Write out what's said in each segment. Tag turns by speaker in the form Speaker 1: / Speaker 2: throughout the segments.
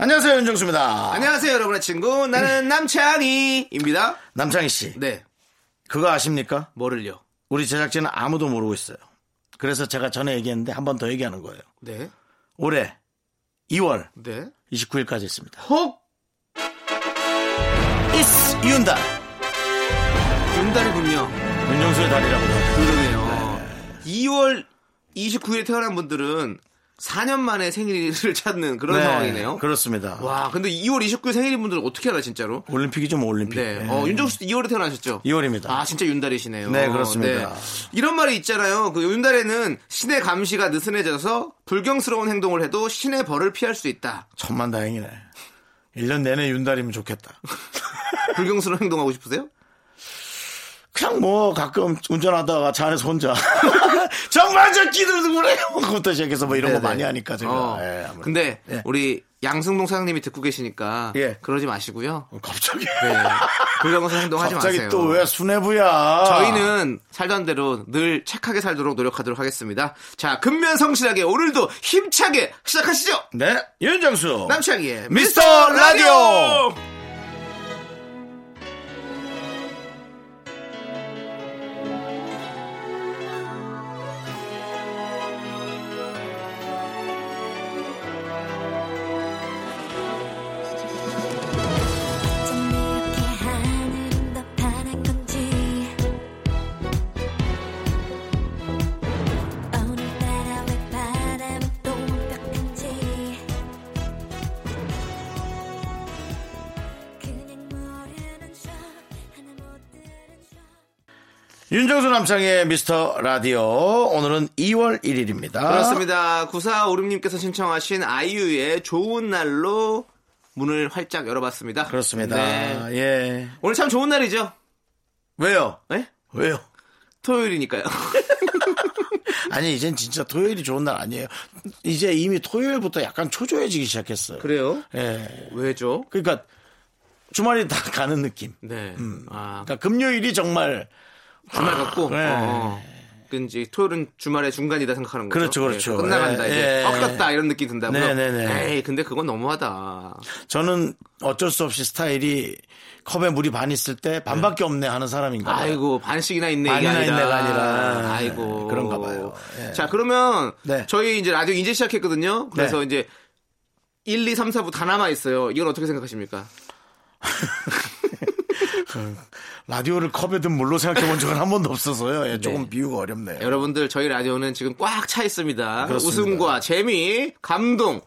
Speaker 1: 안녕하세요, 윤정수입니다. 음.
Speaker 2: 안녕하세요, 여러분의 친구. 나는 남창희입니다.
Speaker 1: 남창희 씨.
Speaker 2: 네,
Speaker 1: 그거 아십니까?
Speaker 2: 뭐를요?
Speaker 1: 우리 제작진은 아무도 모르고 있어요. 그래서 제가 전에 얘기했는데 한 번 더 얘기하는 거예요.
Speaker 2: 네,
Speaker 1: 올해 2월
Speaker 2: 네.
Speaker 1: 29일까지 있습니다.
Speaker 2: 혹
Speaker 1: 이스 윤다.
Speaker 2: 윤달이군요.
Speaker 1: 윤정수의 달이라고. 하죠.
Speaker 2: 그러네요. 2월 29일에 태어난 분들은 4년 만에 생일을 찾는 그런
Speaker 1: 네,
Speaker 2: 상황이네요.
Speaker 1: 그렇습니다.
Speaker 2: 와, 근데 2월 29일 생일인 분들은 어떻게 알아, 진짜로?
Speaker 1: 올림픽이죠, 뭐 올림픽.
Speaker 2: 네.
Speaker 1: 예.
Speaker 2: 어, 윤정수 씨 2월에 태어나셨죠?
Speaker 1: 2월입니다.
Speaker 2: 아, 진짜 윤달이시네요.
Speaker 1: 네, 그렇습니다.
Speaker 2: 이런 말이 있잖아요. 그 윤달에는 신의 감시가 느슨해져서 불경스러운 행동을 해도 신의 벌을 피할 수 있다.
Speaker 1: 천만 다행이네. 1년 내내 윤달이면 좋겠다.
Speaker 2: 불경스러운 행동하고 싶으세요?
Speaker 1: 그냥 뭐 가끔 운전하다가 차 안에서 혼자 정말 저 기들도 그래요. 그것부터 시작해서 뭐 이런
Speaker 2: 네네.
Speaker 1: 거 많이 하니까 제가.
Speaker 2: 어,
Speaker 1: 예, 아무래도.
Speaker 2: 근데
Speaker 1: 예.
Speaker 2: 우리 양승동 사장님이 듣고 계시니까
Speaker 1: 예.
Speaker 2: 그러지 마시고요.
Speaker 1: 갑자기
Speaker 2: 네. 불경스러운 행동하지
Speaker 1: 갑자기
Speaker 2: 마세요.
Speaker 1: 또 왜 수뇌부야?
Speaker 2: 저희는 살던 대로 늘 착하게 살도록 노력하도록 하겠습니다. 자, 근면 성실하게 오늘도 힘차게 시작하시죠.
Speaker 1: 네 윤정수
Speaker 2: 남창희의
Speaker 1: 미스터 라디오.
Speaker 2: 라디오.
Speaker 3: 어쩜 이렇게 하늘은 더 파란 건지 오늘따라 왜 바람은 또 완벽한지 그냥 모르는 척 하나 못 들은 척
Speaker 1: 윤정수 남창의 미스터 라디오 오늘은 2월 1일입니다.
Speaker 2: 그렇습니다. 9456님께서 신청하신 아이유의 좋은 날로 문을 활짝 열어봤습니다.
Speaker 1: 그렇습니다.
Speaker 2: 네.
Speaker 1: 예
Speaker 2: 오늘 참 좋은 날이죠?
Speaker 1: 왜요?
Speaker 2: 네?
Speaker 1: 왜요?
Speaker 2: 토요일이니까요.
Speaker 1: 아니 이젠 진짜 토요일이 좋은 날 아니에요. 이제 이미 토요일부터 약간 초조해지기 시작했어요.
Speaker 2: 그래요?
Speaker 1: 예.
Speaker 2: 왜죠?
Speaker 1: 그러니까 주말이 다 가는 느낌.
Speaker 2: 네. 아,
Speaker 1: 그러니까 금요일이 정말
Speaker 2: 주말 같고.
Speaker 1: 네.
Speaker 2: 어. 왠지 토요일은 주말의 중간이다 생각하는 거죠.
Speaker 1: 그렇죠, 그렇죠.
Speaker 2: 네, 끝나간다
Speaker 1: 예, 예.
Speaker 2: 이제 꺾였다 이런 느낌
Speaker 1: 네,
Speaker 2: 든다고요.
Speaker 1: 네, 네.
Speaker 2: 에이 근데 그건 너무하다.
Speaker 1: 저는 어쩔 수 없이 스타일이 컵에 물이 반 있을 때 반밖에 없네 하는 사람인 가요
Speaker 2: 아이고 반씩이나 있네 이게
Speaker 1: 반이나
Speaker 2: 아니라.
Speaker 1: 있네가 아니라. 네,
Speaker 2: 아이고
Speaker 1: 그런가 봐요. 예.
Speaker 2: 자 그러면
Speaker 1: 네.
Speaker 2: 저희 이제 라디오 이제 시작했거든요. 그래서
Speaker 1: 네.
Speaker 2: 이제 1, 2, 3, 4부 다 남아 있어요. 이건 어떻게 생각하십니까?
Speaker 1: 라디오를 컵에든 물로 생각해 본 적은 한 번도 없어서요. 예, 조금 비유가 어렵네요.
Speaker 2: 여러분들 저희 라디오는 지금 꽉 차 있습니다.
Speaker 1: 그렇습니다.
Speaker 2: 웃음과 재미, 감동.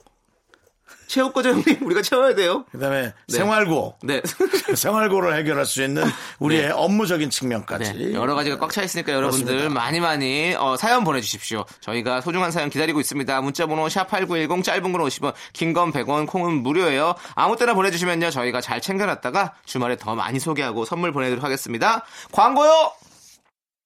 Speaker 2: 채울 거죠 형님? 우리가 채워야 돼요.
Speaker 1: 그다음에 생활고
Speaker 2: 네.
Speaker 1: 생활고를 해결할 수 있는 우리의 업무적인 측면까지
Speaker 2: 네, 여러 가지가 꽉 차 있으니까 여러분들
Speaker 1: 그렇습니다.
Speaker 2: 많이 많이 어, 사연 보내주십시오. 저희가 소중한 사연 기다리고 있습니다. 문자번호 샵 #8910 짧은 건 50원, 긴 건 100원, 콩은 무료예요. 아무 때나 보내주시면요 저희가 잘 챙겨놨다가 주말에 더 많이 소개하고 선물 보내도록 하겠습니다. 광고요.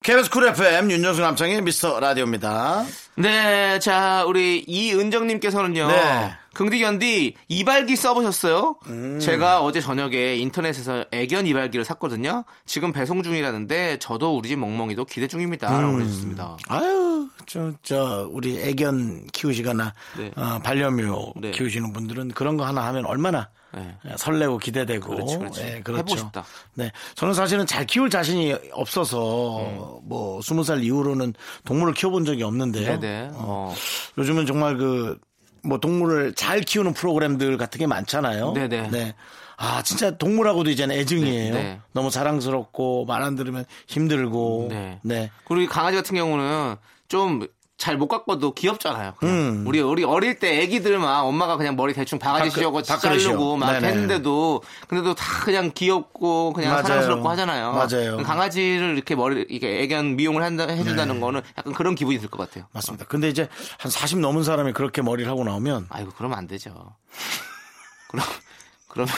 Speaker 1: KBS 쿨 FM 윤정수 남창의 미스터 라디오입니다.
Speaker 2: 네, 자 우리 이은정님께서는요.
Speaker 1: 네.
Speaker 2: 긍디견디 이발기 써보셨어요? 제가 어제 저녁에 인터넷에서 애견 이발기를 샀거든요. 지금 배송 중이라는데 저도 우리 집 멍멍이도 기대 중입니다.라고 보내주셨습니다.
Speaker 1: 아유, 저, 저, 우리 애견 키우시거나,
Speaker 2: 네.
Speaker 1: 어, 반려묘
Speaker 2: 네.
Speaker 1: 키우시는 분들은 그런 거 하나 하면 얼마나 예,
Speaker 2: 네.
Speaker 1: 설레고 기대되고.
Speaker 2: 그렇지, 그렇지.
Speaker 1: 예, 그렇죠.
Speaker 2: 해보고 싶다.
Speaker 1: 네. 저는 사실은 잘 키울 자신이 없어서, 뭐, 스무 살 이후로는 동물을 키워본 적이 없는데요.
Speaker 2: 음. 네네.
Speaker 1: 어,
Speaker 2: 어.
Speaker 1: 요즘은 정말 그, 뭐, 동물을 잘 키우는 프로그램들 같은 게 많잖아요.
Speaker 2: 네네.
Speaker 1: 네. 아, 진짜 동물하고도 이제는 애증이에요.
Speaker 2: 네, 네.
Speaker 1: 너무 자랑스럽고, 말 안 들으면 힘들고.
Speaker 2: 네.
Speaker 1: 네.
Speaker 2: 그리고 이 강아지 같은 경우는 좀 잘 못 깎아도 귀엽잖아요. 그냥. 우리 우리 어릴 때 아기들 막 엄마가 그냥 머리 대충 바가지
Speaker 1: 음. 다 끄-
Speaker 2: 씌우고
Speaker 1: 다 끄르시오.
Speaker 2: 자르고 막
Speaker 1: 네네.
Speaker 2: 했는데도 근데도 다 그냥 귀엽고 그냥
Speaker 1: 맞아요.
Speaker 2: 사랑스럽고 하잖아요.
Speaker 1: 맞아요.
Speaker 2: 강아지를 이렇게 머리 이렇게 애견 미용을 한다 해준다는 거는 약간 그런 기분이 들 것 같아요.
Speaker 1: 네. 맞습니다. 근데 이제 한 40 넘은 사람이 그렇게 머리를 하고 나오면
Speaker 2: 아이고 그러면 안 되죠. 그럼 그러면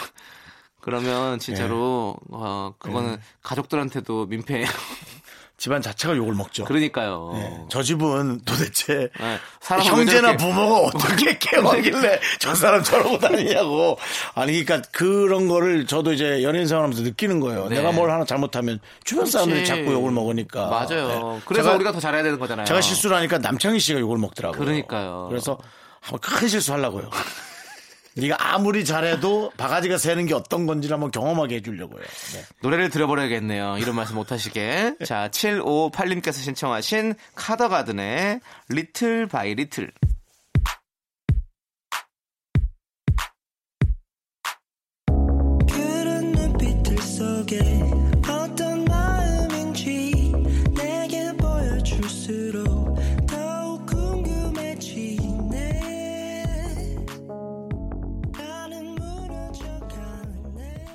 Speaker 2: 그러면 진짜로
Speaker 1: 네.
Speaker 2: 어 그거는 가족들한테도 민폐예요.
Speaker 1: 집안 자체가 욕을 먹죠.
Speaker 2: 그러니까요.
Speaker 1: 네. 저 집은 도대체
Speaker 2: 네, 살아서 왜
Speaker 1: 형제나
Speaker 2: 저렇게-
Speaker 1: 부모가 어떻게 깨워하길래 저 사람 저러고 다니냐고. 아니, 그러니까 그런 거를 저도 이제 연예인 생활하면서 느끼는 거예요.
Speaker 2: 네.
Speaker 1: 내가 뭘 하나 잘못하면 주변 사람들이
Speaker 2: 그렇지.
Speaker 1: 자꾸 욕을 먹으니까.
Speaker 2: 맞아요.
Speaker 1: 네.
Speaker 2: 그래서
Speaker 1: 제가-
Speaker 2: 우리가 더 잘해야 되는 거잖아요.
Speaker 1: 제가 실수를 하니까 남창희 씨가 욕을 먹더라고요.
Speaker 2: 그러니까요.
Speaker 1: 그래서 한번 큰 실수 하려고요. 네가 아무리 잘해도 바가지가 새는 게 어떤 건지를 한번 경험하게 해주려고요. 네.
Speaker 2: 노래를 들어버려야겠네요. 이런 말씀 못하시게. 자, 758님께서 신청하신 카더가든의 리틀 바이 리틀.
Speaker 4: 그런 눈빛들 속에 어떤 마음인지 내게 보여줄수록 더욱 궁금해지네 나는 무너져가네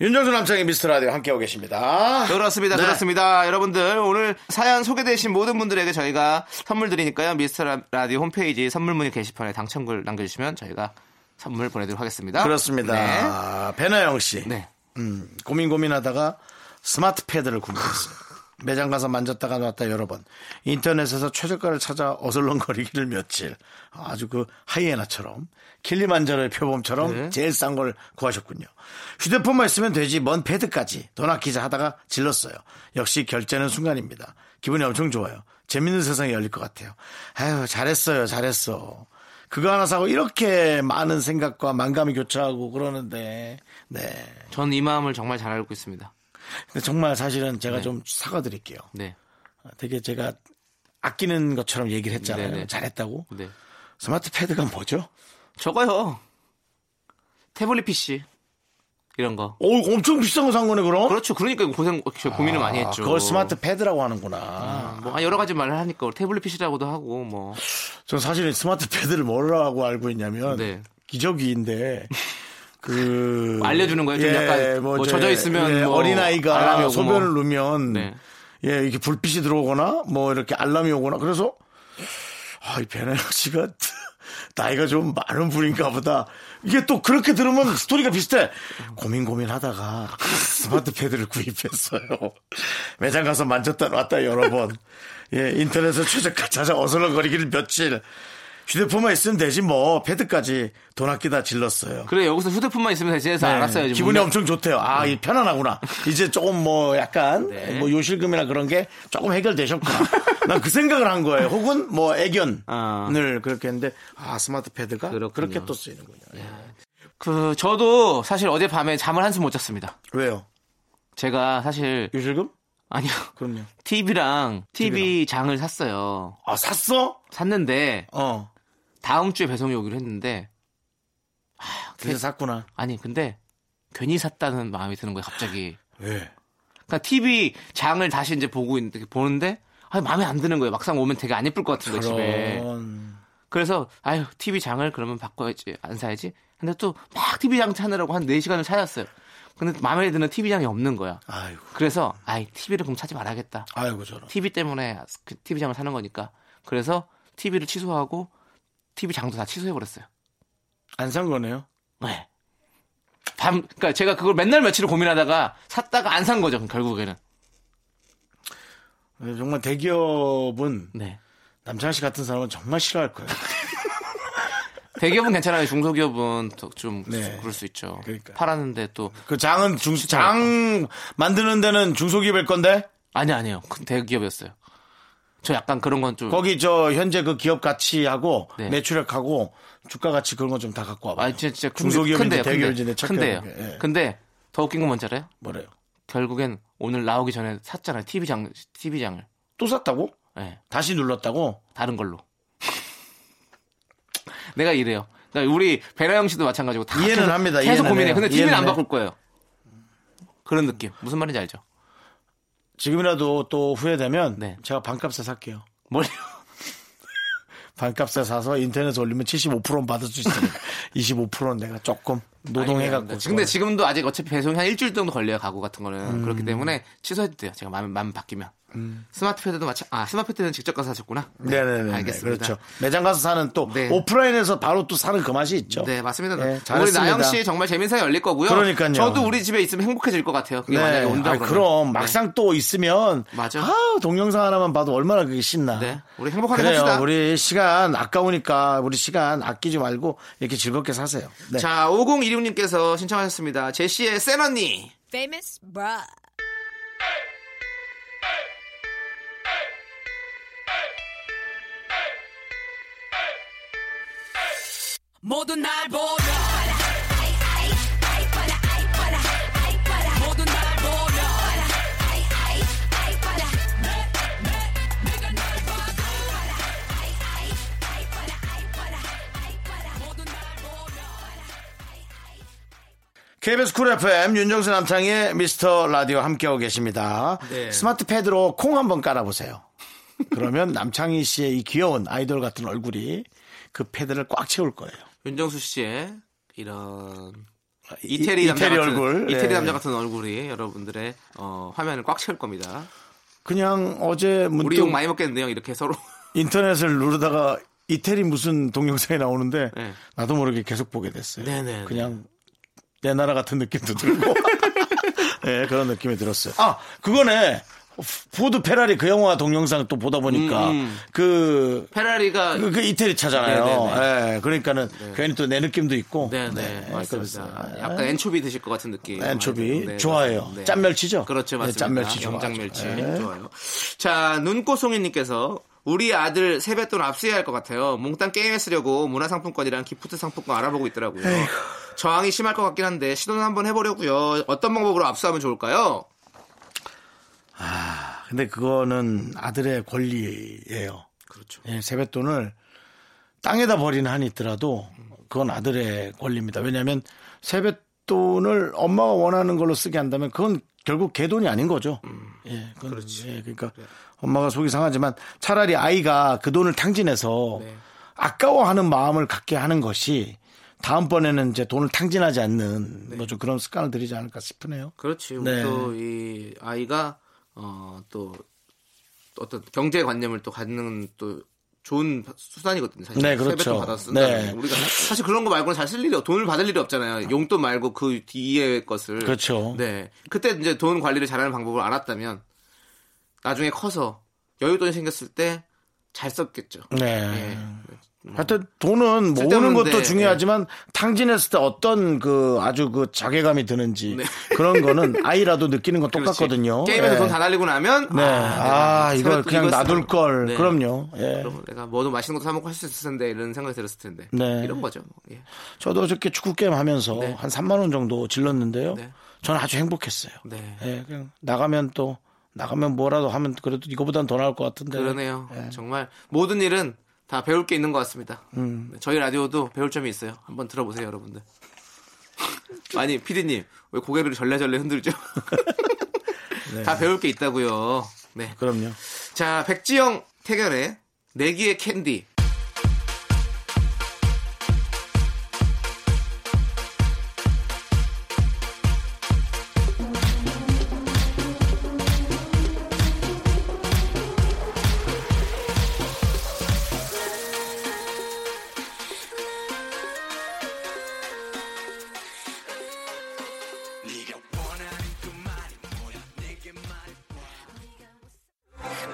Speaker 1: 윤정수 남창희 미스터 라디오 함께하고 계십니다.
Speaker 2: 그렇습니다.
Speaker 1: 네.
Speaker 2: 그렇습니다. 여러분들 오늘 사연 소개되신 모든 분들에게 저희가 선물 드리니까요. 미스터 라- 라디오 홈페이지 선물 문의 게시판에 당첨글 남겨주시면 저희가 선물 보내드리도록 하겠습니다. 네.
Speaker 1: 그렇습니다. 아, 배나영 씨.
Speaker 2: 네.
Speaker 1: 음, 고민 고민하다가 스마트 패드를 구매했어요. 매장 가서 만졌다가 놨다 여러 번. 인터넷에서 최저가를 찾아 어슬렁거리기를 며칠. 아주 그 하이에나처럼 킬리만자로의 표범처럼
Speaker 2: 네.
Speaker 1: 제일 싼 걸 구하셨군요. 휴대폰만 있으면 되지 먼 패드까지 돈 아끼자 하다가 질렀어요. 역시 결제는 순간입니다. 기분이 엄청 좋아요. 재밌는 세상이 열릴 것 같아요. 아유 잘했어요 잘했어. 그거 하나 사고 이렇게 많은 생각과 만감이 교차하고 그러는데 네
Speaker 2: 전 이 마음을 정말 잘 알고 있습니다.
Speaker 1: 근데 정말 사실은 제가 좀 사과드릴게요.
Speaker 2: 네.
Speaker 1: 되게 제가 아끼는 것처럼 얘기를 했잖아요.
Speaker 2: 네네.
Speaker 1: 잘했다고.
Speaker 2: 네.
Speaker 1: 스마트 패드가 뭐죠?
Speaker 2: 저거요. 태블릿 PC. 이런 거.
Speaker 1: 오, 어, 엄청 비싼 거 산 거네 그럼.
Speaker 2: 그렇죠. 그러니까 고생, 고민을 많이
Speaker 1: 어? 아,
Speaker 2: 했죠.
Speaker 1: 그걸 스마트 패드라고 하는구나.
Speaker 2: 뭐 여러 가지 말을 하니까 태블릿 PC라고도 하고 뭐
Speaker 1: 저는 사실은 스마트 패드를 뭐라고 알고 있냐면
Speaker 2: 네. 뭐
Speaker 1: 기저귀인데 그
Speaker 2: 알려주는 거예요? 좀 약간 뭐
Speaker 1: 이제,
Speaker 2: 젖어 있으면 뭐
Speaker 1: 예, 어린
Speaker 2: 알람이
Speaker 1: 아이가
Speaker 2: 오고
Speaker 1: 소변을
Speaker 2: 뭐.
Speaker 1: 누면
Speaker 2: 네.
Speaker 1: 예 이렇게 불빛이 들어오거나 뭐 이렇게 알람이 오거나 그래서 아이 배나영 씨가 나이가 좀 많은 분인가 보다 이게 또 그렇게 들으면 스토리가 비슷해 고민 고민하다가 스마트 패드를 구입했어요 매장 가서 만졌다 놨다 여러 번예 인터넷에서 최저가 찾아 어슬렁거리기를 며칠 휴대폰만 있으면 되지 뭐 패드까지 돈 아끼다 질렀어요.
Speaker 2: 그래 여기서 휴대폰만 있으면 되지 해서
Speaker 1: 네,
Speaker 2: 알았어요. 지금
Speaker 1: 기분이
Speaker 2: 문제-
Speaker 1: 엄청 좋대요. 아, 이 편안하구나. 이제 조금 뭐 약간
Speaker 2: 네.
Speaker 1: 뭐 요실금이나 그런 게 조금 해결되셨구나. 난 그 생각을 한 거예요. 혹은 뭐 애견을
Speaker 2: 아.
Speaker 1: 그렇게 했는데 아 스마트 패드가
Speaker 2: 그렇군요.
Speaker 1: 그렇게또 쓰이는군요. 예.
Speaker 2: 그 저도 사실 어젯밤에 잠을 한숨 못 잤습니다.
Speaker 1: 왜요?
Speaker 2: 제가 사실
Speaker 1: 요실금?
Speaker 2: 아니요.
Speaker 1: 그럼요.
Speaker 2: TV랑 TV 장을 샀어요.
Speaker 1: 아 샀어?
Speaker 2: 샀는데
Speaker 1: 어.
Speaker 2: 다음 주에 배송이 오기로 했는데 네.
Speaker 1: 그래서 샀구나.
Speaker 2: 아니 근데 괜히 샀다는 마음이 드는 거예요 갑자기.
Speaker 1: 왜?
Speaker 2: 그러니까 TV 장을 다시 이제 보고 있는데 보는데 아 마음에 안 드는 거예요. 막상 오면 되게 안 예쁠 것 같은 거예요 그 집에.
Speaker 1: 그런.
Speaker 2: 그래서 아유 TV 장을 그러면 바꿔야지 안 사야지. 근데 또 막 TV 장 찾느라고 한 4시간을 찾았어요. 근데 마음에 드는 TV 장이 없는 거야.
Speaker 1: 아이고.
Speaker 2: 그래서 아이 TV를 그럼 찾지 말아야겠다.
Speaker 1: 아이고 저런.
Speaker 2: TV 때문에 그 TV 장을 사는 거니까. 그래서 TV를 취소하고 TV 장도 다 취소해 버렸어요.
Speaker 1: 안 산 거네요.
Speaker 2: 네. 밤 그러니까 제가 그걸 맨날 며칠을 고민하다가 샀다가 안 산 거죠. 그럼 결국에는.
Speaker 1: 네, 정말 대기업은
Speaker 2: 네.
Speaker 1: 남창 씨 같은 사람은 정말 싫어할 거예요.
Speaker 2: 대기업은 괜찮아요. 중소기업은 또좀
Speaker 1: 네.
Speaker 2: 그럴 수 있죠.
Speaker 1: 그러니까요.
Speaker 2: 팔았는데 또
Speaker 1: 그 장은
Speaker 2: 네.
Speaker 1: 중장 만드는 데는 중소기업일 건데
Speaker 2: 아니 아니요. 큰 대기업이었어요. 저 약간 그런 건좀
Speaker 1: 음. 거기 저 현재 그 기업 가치하고
Speaker 2: 네.
Speaker 1: 매출액하고 주가 가치 그런 거 좀 다 갖고 와봐.
Speaker 2: 아 진짜 진짜 큰-
Speaker 1: 중소기업인데
Speaker 2: 큰데요,
Speaker 1: 대기업인지 내
Speaker 2: 큰데요.
Speaker 1: 착각인 게, 예.
Speaker 2: 근데 더 웃긴 건 뭔지 알아요?
Speaker 1: 뭐래요?
Speaker 2: 결국엔 오늘 나오기 전에 샀잖아요. TV 장 TV 장을.
Speaker 1: 또 샀다고?
Speaker 2: 예.
Speaker 1: 다시 눌렀다고?
Speaker 2: 다른 걸로. 내가 이래요. 그러니까 우리 배나영 씨도 마찬가지고 다
Speaker 1: 이해는
Speaker 2: 계속-
Speaker 1: 합니다.
Speaker 2: 계속
Speaker 1: 이해는
Speaker 2: 고민해.
Speaker 1: 해요.
Speaker 2: 근데 TV는
Speaker 1: 이해는
Speaker 2: 안
Speaker 1: 해요.
Speaker 2: 바꿀 거예요. 그런 느낌. 무슨 말인지 알죠?
Speaker 1: 지금이라도 또 후회되면
Speaker 2: 네.
Speaker 1: 제가 반값에 살게요.
Speaker 2: 뭘
Speaker 1: 반값에 사서 인터넷에 올리면 75%는 받을 수 있으니까 25%는 내가 조금 노동해갖고.
Speaker 2: 근데
Speaker 1: 음.
Speaker 2: 지금도 아직 어차피 배송이 한 일주일 정도 걸려요. 가구 같은 거는. 그렇기 때문에 취소해도 돼요. 제가 마음 마음 바뀌면. 스마트패드도 마찬 아 스마트패드는 직접 가서 사셨구나.
Speaker 1: 네네네.
Speaker 2: 알겠습니다.
Speaker 1: 그렇죠. 매장 가서 사는 또
Speaker 2: 네.
Speaker 1: 오프라인에서 바로 또 사는 그 맛이 있죠.
Speaker 2: 네 맞습니다.
Speaker 1: 네,
Speaker 2: 우리
Speaker 1: 잘했습니다.
Speaker 2: 나영 씨 정말 재밌는 사연 열릴 거고요.
Speaker 1: 그러니까요.
Speaker 2: 저도 우리 집에 있으면 행복해질 것 같아요. 그게
Speaker 1: 네.
Speaker 2: 만약에 온다
Speaker 1: 아,
Speaker 2: 그러면.
Speaker 1: 그럼
Speaker 2: 네.
Speaker 1: 막상 또 있으면
Speaker 2: 맞아.
Speaker 1: 아, 동영상 하나만 봐도 얼마나 그게 신나.
Speaker 2: 네. 우리 행복하게
Speaker 1: 그래요.
Speaker 2: 삽시다.
Speaker 1: 우리 시간 아까우니까 우리 시간 아끼지 말고 이렇게 즐겁게 사세요. 네.
Speaker 2: 자 5016님께서 신청하셨습니다. 제시의 센 언니.
Speaker 5: Famous bra. 모두 날 보려. 모두 날 보려.
Speaker 1: KBS 쿨 FM 윤정수 남창의 미스터 라디오 함께하고 계십니다.
Speaker 2: 네.
Speaker 1: 스마트 패드로 콩 한번 깔아보세요. 그러면 남창희 씨의 이 귀여운 아이돌 같은 얼굴이 그 패드를 꽉 채울 거예요.
Speaker 2: 윤정수 씨의 이런 이태리,
Speaker 1: 이-
Speaker 2: 남자
Speaker 1: 이태리
Speaker 2: 같은,
Speaker 1: 얼굴.
Speaker 2: 이태리
Speaker 1: 네.
Speaker 2: 남자 같은 얼굴이 여러분들의 어, 화면을 꽉 채울 겁니다.
Speaker 1: 그냥 어제
Speaker 2: 우리
Speaker 1: 문득
Speaker 2: 욕 많이 먹겠는데요. 이렇게 서로
Speaker 1: 인터넷을 누르다가 이태리 무슨 동영상이 나오는데
Speaker 2: 네.
Speaker 1: 나도 모르게 계속 보게 됐어요.
Speaker 2: 네네네.
Speaker 1: 그냥 내 나라 같은 느낌도 들고 네, 그런 느낌이 들었어요. 아 그거네 포드 페라리 그 영화 동영상 또 보다 보니까
Speaker 2: 음, 음.
Speaker 1: 그
Speaker 2: 페라리가
Speaker 1: 그, 그 이태리 차잖아요.
Speaker 2: 네,
Speaker 1: 예, 그러니까는 괜히 또 내 느낌도 있고.
Speaker 2: 네네
Speaker 1: 네,
Speaker 2: 맞습니다.
Speaker 1: 그렇습니다.
Speaker 2: 약간 엔초비 드실 것 같은 느낌.
Speaker 1: 엔초비
Speaker 2: 네,
Speaker 1: 좋아해요.
Speaker 2: 맞습니다.
Speaker 1: 짠멸치죠?
Speaker 2: 그렇죠
Speaker 1: 네,
Speaker 2: 맞습니다.
Speaker 1: 짠멸치 좋아하죠.
Speaker 2: 영장멸치
Speaker 1: 네.
Speaker 2: 좋아요. 자 눈꽃송이님께서 우리 아들 세뱃돈 압수해야 할 것 같아요. 몽땅 게임에 쓰려고 문화상품권이랑 기프트 상품권 알아보고 있더라고요. 저항이 심할 것 같긴 한데 시도는 한번 해보려고요. 어떤 방법으로 압수하면 좋을까요?
Speaker 1: 아, 근데 그거는 아들의 권리예요.
Speaker 2: 그렇죠.
Speaker 1: 예, 세뱃돈을 땅에다 버리는 한이 있더라도 그건 아들의 권리입니다. 왜냐하면 세뱃돈을 엄마가 원하는 걸로 쓰게 한다면 그건 결국 개 돈이 아닌 거죠.
Speaker 2: 음,
Speaker 1: 예, 그건, 예, 그러니까
Speaker 2: 네.
Speaker 1: 엄마가 속이 상하지만 차라리 아이가 그 돈을 탕진해서
Speaker 2: 네.
Speaker 1: 아까워하는 마음을 갖게 하는 것이 다음번에는 이제 돈을 탕진하지 않는
Speaker 2: 네.
Speaker 1: 뭐 좀 그런 습관을 들이지 않을까 싶으네요.
Speaker 2: 그렇지.
Speaker 1: 네.
Speaker 2: 또 이 아이가 어 또 어떤 경제 관념을 또 갖는 또 좋은 수단이거든요. 사실
Speaker 1: 네, 그렇죠.
Speaker 2: 세뱃돈 받아 쓴다는
Speaker 1: 네.
Speaker 2: 게. 우리가 사실 그런 거 말고는 잘 쓸 일이 없- 돈을 받을 일이 없잖아요. 용돈 말고 그 뒤에 것을.
Speaker 1: 그렇죠.
Speaker 2: 네. 그때 이제 돈 관리를 잘하는 방법을 알았다면 나중에 커서 여유돈이 생겼을 때 잘 썼겠죠.
Speaker 1: 네.
Speaker 2: 예.
Speaker 1: 하여튼 돈은 모으는
Speaker 2: 쓸데없는데, 예.
Speaker 1: 것도 중요하지만 탕진했을 때 어떤 그 아주 그 자괴감이 드는지 그런 거는 아이라도 느끼는 건
Speaker 2: 네. 그렇지.
Speaker 1: 똑같거든요.
Speaker 2: 게임에서
Speaker 1: 예.
Speaker 2: 돈 다 날리고 나면
Speaker 1: 네.
Speaker 2: 내가
Speaker 1: 아, 이걸
Speaker 2: 세뱃돈
Speaker 1: 그냥
Speaker 2: 이거
Speaker 1: 놔둘
Speaker 2: 쓰라고.
Speaker 1: 걸.
Speaker 2: 네.
Speaker 1: 그럼요. 예.
Speaker 2: 그럼 내가 뭐도 맛있는 것도 사 먹고 할 수 있을 텐데 이런 생각이 들었을 텐데
Speaker 1: 네.
Speaker 2: 이런 거죠. 뭐. 예.
Speaker 1: 저도 어저께 축구 게임 하면서
Speaker 2: 네.
Speaker 1: 한 3만 원 정도 질렀는데요.
Speaker 2: 네.
Speaker 1: 저는 아주 행복했어요.
Speaker 2: 네.
Speaker 1: 예, 그냥 나가면 또 나가면 뭐라도 하면 그래도 이거보단 더 나을 것 같은데. 예.
Speaker 2: 그러네요. 정말 모든 일은 다 배울 게 있는 것 같습니다. 네, 저희 라디오도 배울 점이 있어요. 한번 들어보세요, 여러분들. 아니, 피디님, 왜 고개를 절레절레 흔들죠? 다 배울 게 있다고요. 네.
Speaker 1: 그럼요.
Speaker 2: 자, 백지영 태결의 내기의 캔디.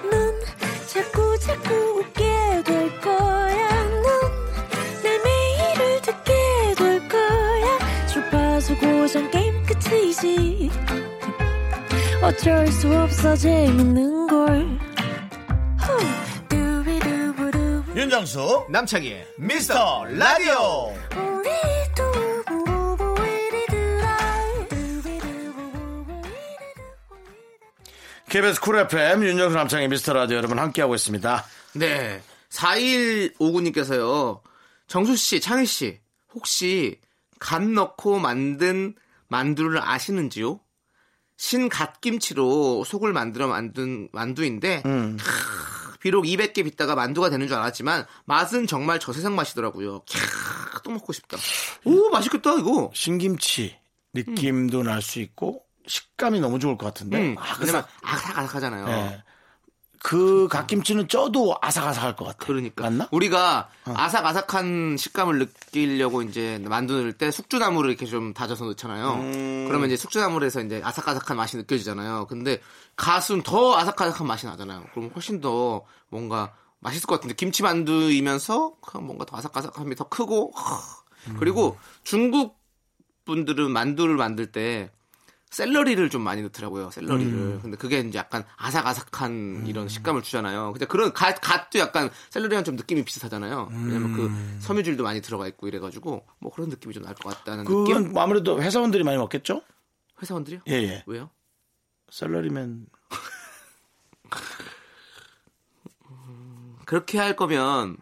Speaker 3: 넌 자꾸 자꾸 웃게 될 거야. 넌내 매일을 듣게 될 거야. 주파수 고정 게임 끝이지. 어쩔 수 없어 재밌는 걸. 후. 두비두부두.
Speaker 1: 윤정수
Speaker 2: 남창희의
Speaker 1: 어? 미스터 라디오.
Speaker 3: 우리 두부부부 우리들아. 두비두부부부 우리들아.
Speaker 1: KBS 쿨 FM 윤정수 남창의 미스터 라디오 여러분 함께하고 있습니다.
Speaker 2: 네. 4159님께서요. 정수씨, 창희씨, 혹시 간 넣고 만든 만두를 아시는지요? 신갓김치로 속을 만들어 만든 만두인데, 캬, 비록 200개 빗다가 만두가 되는 줄 알았지만, 맛은 정말 저세상 맛이더라고요. 캬, 또 먹고 싶다. 오, 맛있겠다, 이거.
Speaker 1: 신김치 느낌도 날 수 있고 식감이 너무 좋을 것 같은데
Speaker 2: 음, 어.
Speaker 1: 아,
Speaker 2: 왜냐면 아삭아삭하잖아요.
Speaker 1: 예. 그 갓김치는 쪄도 아삭아삭할 것 같아.
Speaker 2: 그러니까
Speaker 1: 맞나? 어.
Speaker 2: 우리가 아삭아삭한 식감을 느끼려고 이제 만두 넣을 때 숙주나물을 이렇게 좀 다져서 넣잖아요.
Speaker 1: 음.
Speaker 2: 그러면 이제 숙주나물에서 이제 아삭아삭한 맛이 느껴지잖아요. 근데 가슴 더 아삭아삭한 맛이 나잖아요. 그럼 훨씬 더 뭔가 맛있을 것 같은데 김치 만두이면서 뭔가 더 아삭아삭함이 더 크고 하. 그리고
Speaker 1: 음.
Speaker 2: 중국 분들은 만두를 만들 때 샐러리를 좀 많이 넣더라고요. 샐러리를.
Speaker 1: 음.
Speaker 2: 근데 그게 이제 약간 아삭아삭한 이런 식감을 주잖아요. 근데 그런 갓, 갓도 약간 샐러리랑 좀 느낌이 비슷하잖아요.
Speaker 1: 음.
Speaker 2: 왜냐면 그 섬유질도 많이 들어가 있고 이래가지고 뭐 그런 느낌이 좀 날 것 같다는 느낌.
Speaker 1: 그건 아무래도 회사원들이 많이 먹겠죠?
Speaker 2: 회사원들이요?
Speaker 1: 예, 예.
Speaker 2: 왜요?
Speaker 1: 샐러리맨.
Speaker 2: 그렇게 할 거면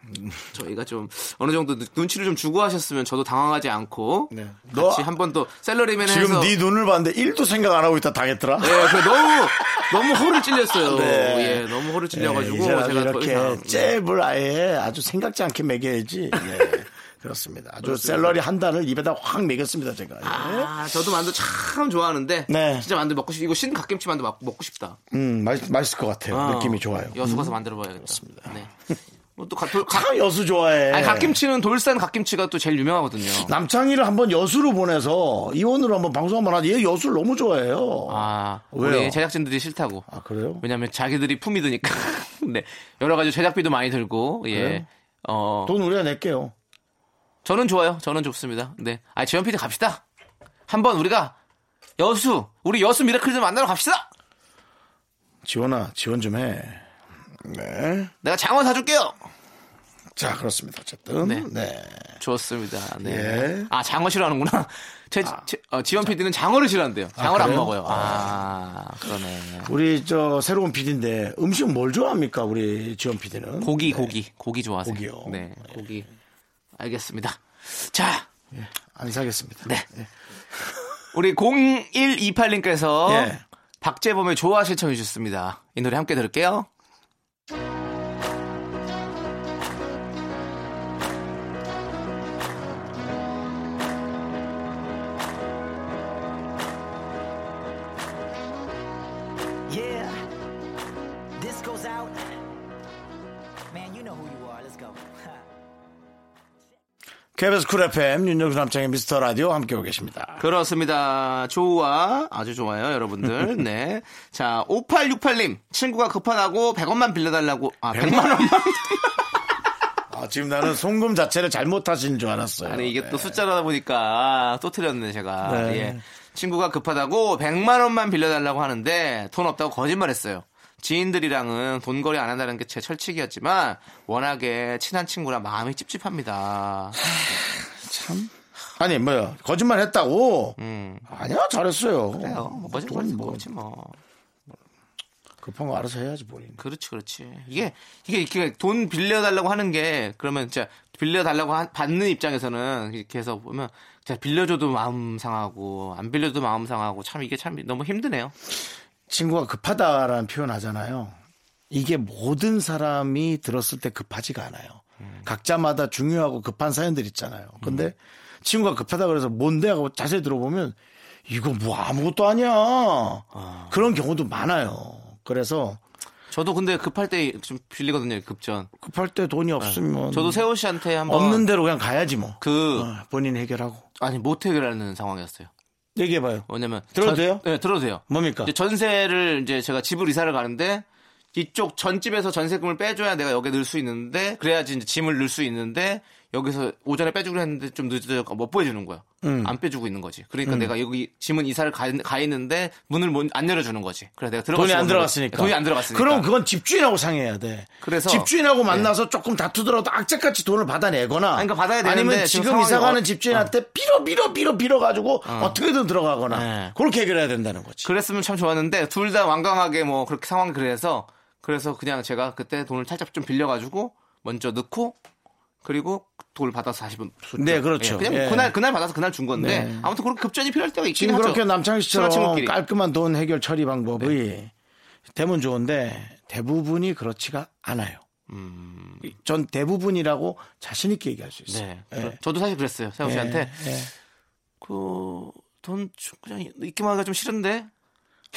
Speaker 2: 저희가 좀 어느 정도 눈- 눈치를 좀 주고 하셨으면 저도 당황하지 않고
Speaker 1: 네.
Speaker 2: 같이
Speaker 1: 너-
Speaker 2: 한 번 또 샐러리맨 해서
Speaker 1: 지금 네 눈을 봤는데 1도 생각 안 하고 있다 당했더라.
Speaker 2: 예, 그 너무 너무 호를 찔렸어요.
Speaker 1: 네.
Speaker 2: 예, 너무 호를
Speaker 1: 예,
Speaker 2: 찔려가지고
Speaker 1: 이제라도
Speaker 2: 제가 더
Speaker 1: 이렇게
Speaker 2: 이상 예.
Speaker 1: 잽을 아예 아주 생각지 않게 먹여야지. 예. 그렇습니다. 아주 샐러리 한 단을 입에다 확 먹였습니다, 제가. 예.
Speaker 2: 아, 저도 만두 참 좋아하는데
Speaker 1: 네.
Speaker 2: 진짜 만두 먹고 싶. 이거 신 갓김치 만두 막- 먹고 싶다.
Speaker 1: 음, 맛있, 맛있을 것 같아요.
Speaker 2: 아,
Speaker 1: 느낌이 좋아요. 음.
Speaker 2: 여수 가서 만들어 봐야겠다. 네. 뭐또 갓, 돌, 갓,
Speaker 1: 참 여수 네. 좋아해.
Speaker 2: 아니, 갓김치는 돌산 갓김치가 또 제일 유명하거든요.
Speaker 1: 남창희를 한번 여수로 보내서 이혼으로 한번 방송 한번 하자. 얘 여수를 너무 좋아해요.
Speaker 2: 아,
Speaker 1: 왜요?
Speaker 2: 우리 제작진들이 싫다고.
Speaker 1: 아, 그래요?
Speaker 2: 왜냐면 자기들이 품이 드니까. 네. 여러 가지 제작비도 많이 들고 예.
Speaker 1: 그래요?
Speaker 2: 어,
Speaker 1: 돈 우리가 낼게요.
Speaker 2: 저는 좋아요. 저는 좋습니다. 네. 아, 재현 PD 갑시다. 한번 우리가 여수, 우리 여수 미라클들 만나러 갑시다.
Speaker 1: 지원아, 지원 좀 해. 네.
Speaker 2: 내가 장어 사줄게요.
Speaker 1: 자, 그렇습니다. 어쨌든.
Speaker 2: 네.
Speaker 1: 네.
Speaker 2: 좋습니다. 네.
Speaker 1: 예. 아.
Speaker 2: 아 장어 싫어하는구나. 제, 제- 어, 지원 PD는 장어를 싫어한대요. 장어를 안
Speaker 1: 그래요?
Speaker 2: 먹어요. 아 그러네.
Speaker 1: 우리 저 새로운 PD인데 음식 뭘 좋아합니까? 우리 지원 PD는. 네.
Speaker 2: 고기 고기 고기 좋아하세요.
Speaker 1: 그 고기요. 예.
Speaker 2: 네 고기. 알겠습니다. 자
Speaker 1: 안 사겠습니다.
Speaker 2: 네. 우리 0128님께서
Speaker 1: 예.
Speaker 2: 박재범의 좋아 신청해 주셨습니다. 이 노래 함께 들을게요.
Speaker 4: Yeah. This goes out. Man, you know who you are. Let's go.
Speaker 1: KBS 쿨 FM 윤정수 남창의 미스터 라디오 함께하고 계십니다.
Speaker 2: 그렇습니다. 좋아. 아주 좋아요, 여러분들. 네. 자, 5868님. 친구가 급하다고 100원만 빌려달라고. 아, 100만원만.
Speaker 1: 아, 지금 나는 송금 자체를 잘못하신 줄 알았어요.
Speaker 2: 아니, 이게
Speaker 1: 네.
Speaker 2: 또 숫자라다 보니까 아, 또 틀렸네, 제가.
Speaker 1: 네.
Speaker 2: 예. 친구가 급하다고 100만원만 빌려달라고 하는데 돈 없다고 거짓말했어요. 지인들이랑은 돈거리 안 한다는 게 제 철칙이었지만 워낙에 친한 친구라 마음이 찝찝합니다.
Speaker 1: 아니 뭐야 거짓말 했다고? 아니야 잘했어요.
Speaker 2: 그래요. 음. 뭐 거짓말
Speaker 1: 돈
Speaker 2: 뭐. 뭐.
Speaker 1: 급한 거 알아서 해야지 본인.
Speaker 2: 그렇지, 그렇지. 이게, 이게, 이렇게 돈 빌려달라고 하는 게, 그러면 진짜 빌려달라고 한- 받는 입장에서는 이렇게 해서 보면, 진짜 빌려줘도 마음 상하고, 안 빌려도 마음 상하고, 참 이게 참 너무 힘드네요.
Speaker 1: 친구가 급하다라는 표현 하잖아요. 이게 모든 사람이 들었을 때 급하지가 않아요.
Speaker 2: 음.
Speaker 1: 각자마다 중요하고 급한 사연들 있잖아요. 근데 친구가 급하다 그래서 뭔데 하고 자세히 들어보면 이거 뭐 아무것도 아니야. 그런 경우도 많아요. 그래서
Speaker 2: 저도 근데 급할 때 좀 빌리거든요, 급전.
Speaker 1: 급할 때 돈이 없으면
Speaker 2: 네. 저도 세호 씨한테 한번.
Speaker 1: 음. 없는 대로 그냥 가야지 뭐.
Speaker 2: 그,
Speaker 1: 어, 본인 해결하고
Speaker 2: 아니, 못 해결하는 상황이었어요.
Speaker 1: 얘기해봐요.
Speaker 2: 왜냐면.
Speaker 1: 들어도
Speaker 2: 전-
Speaker 1: 돼요? 뭐, 그러니까.
Speaker 2: 네, 들어도 돼요.
Speaker 1: 뭡니까?
Speaker 2: 이제 전세를 이제 제가 집으로 이사를 가는데 이쪽 전집에서 전세금을 빼줘야 내가 여기에 넣을 수 있는데 그래야지 이제 짐을 넣을 수 있는데 여기서 오전에 빼주기로 했는데 좀 늦어져 못 빼주는 거야.
Speaker 1: 음.
Speaker 2: 안 빼주고 있는 거지. 그러니까 내가 여기 짐은 이사를 가, 가 있는데 문을 못- 안 열어주는 거지. 그래 내가 들어갈
Speaker 1: 돈이
Speaker 2: 수가
Speaker 1: 안
Speaker 2: 없는
Speaker 1: 들어갔으니까.
Speaker 2: 거지. 돈이 안 들어갔으니까.
Speaker 1: 그럼 그건 집주인하고 상의해야 돼.
Speaker 2: 그래서- 예.
Speaker 1: 집주인하고 만나서 조금 다투더라도 악재같이 돈을 받아내거나
Speaker 2: 아니, 그러니까 받아야 되는데
Speaker 1: 아니면 지금
Speaker 2: 지금 상황이
Speaker 1: 이사가는
Speaker 2: 어-
Speaker 1: 집주인한테 빌어 빌어 빌어 빌어 가지고 어. 떻게든 들어가거나
Speaker 2: 네.
Speaker 1: 그렇게 해결해야 된다는 거지.
Speaker 2: 그랬으면 참 좋았는데 둘 다 완강하게 뭐 그렇게 상황이 그래서 그래서 그냥 제가 그때 돈을 살짝 좀 빌려가지고 먼저 넣고 그리고 돈을 받아서 다시 분
Speaker 1: 네, 그렇죠.
Speaker 2: 예, 그냥
Speaker 1: 예.
Speaker 2: 그날 그날 받아서 그날 준 건데
Speaker 1: 네.
Speaker 2: 아무튼 그렇게 급전이 필요할 때가 있긴
Speaker 1: 지금
Speaker 2: 하죠.
Speaker 1: 그렇게 남창희 씨처럼
Speaker 2: 친구끼리. 네.
Speaker 1: 깔끔한 돈 해결 처리 방법이 되면 좋은데 대부분이 그렇지가 않아요. 전 대부분이라고 자신 있게 얘기할 수 있어요.
Speaker 2: 음, 네.
Speaker 1: 예.
Speaker 2: 저도 사실 그랬어요. 세호 씨한테
Speaker 1: 예, 예.
Speaker 2: 그 돈 그냥 있기만 하기가 좀 싫은데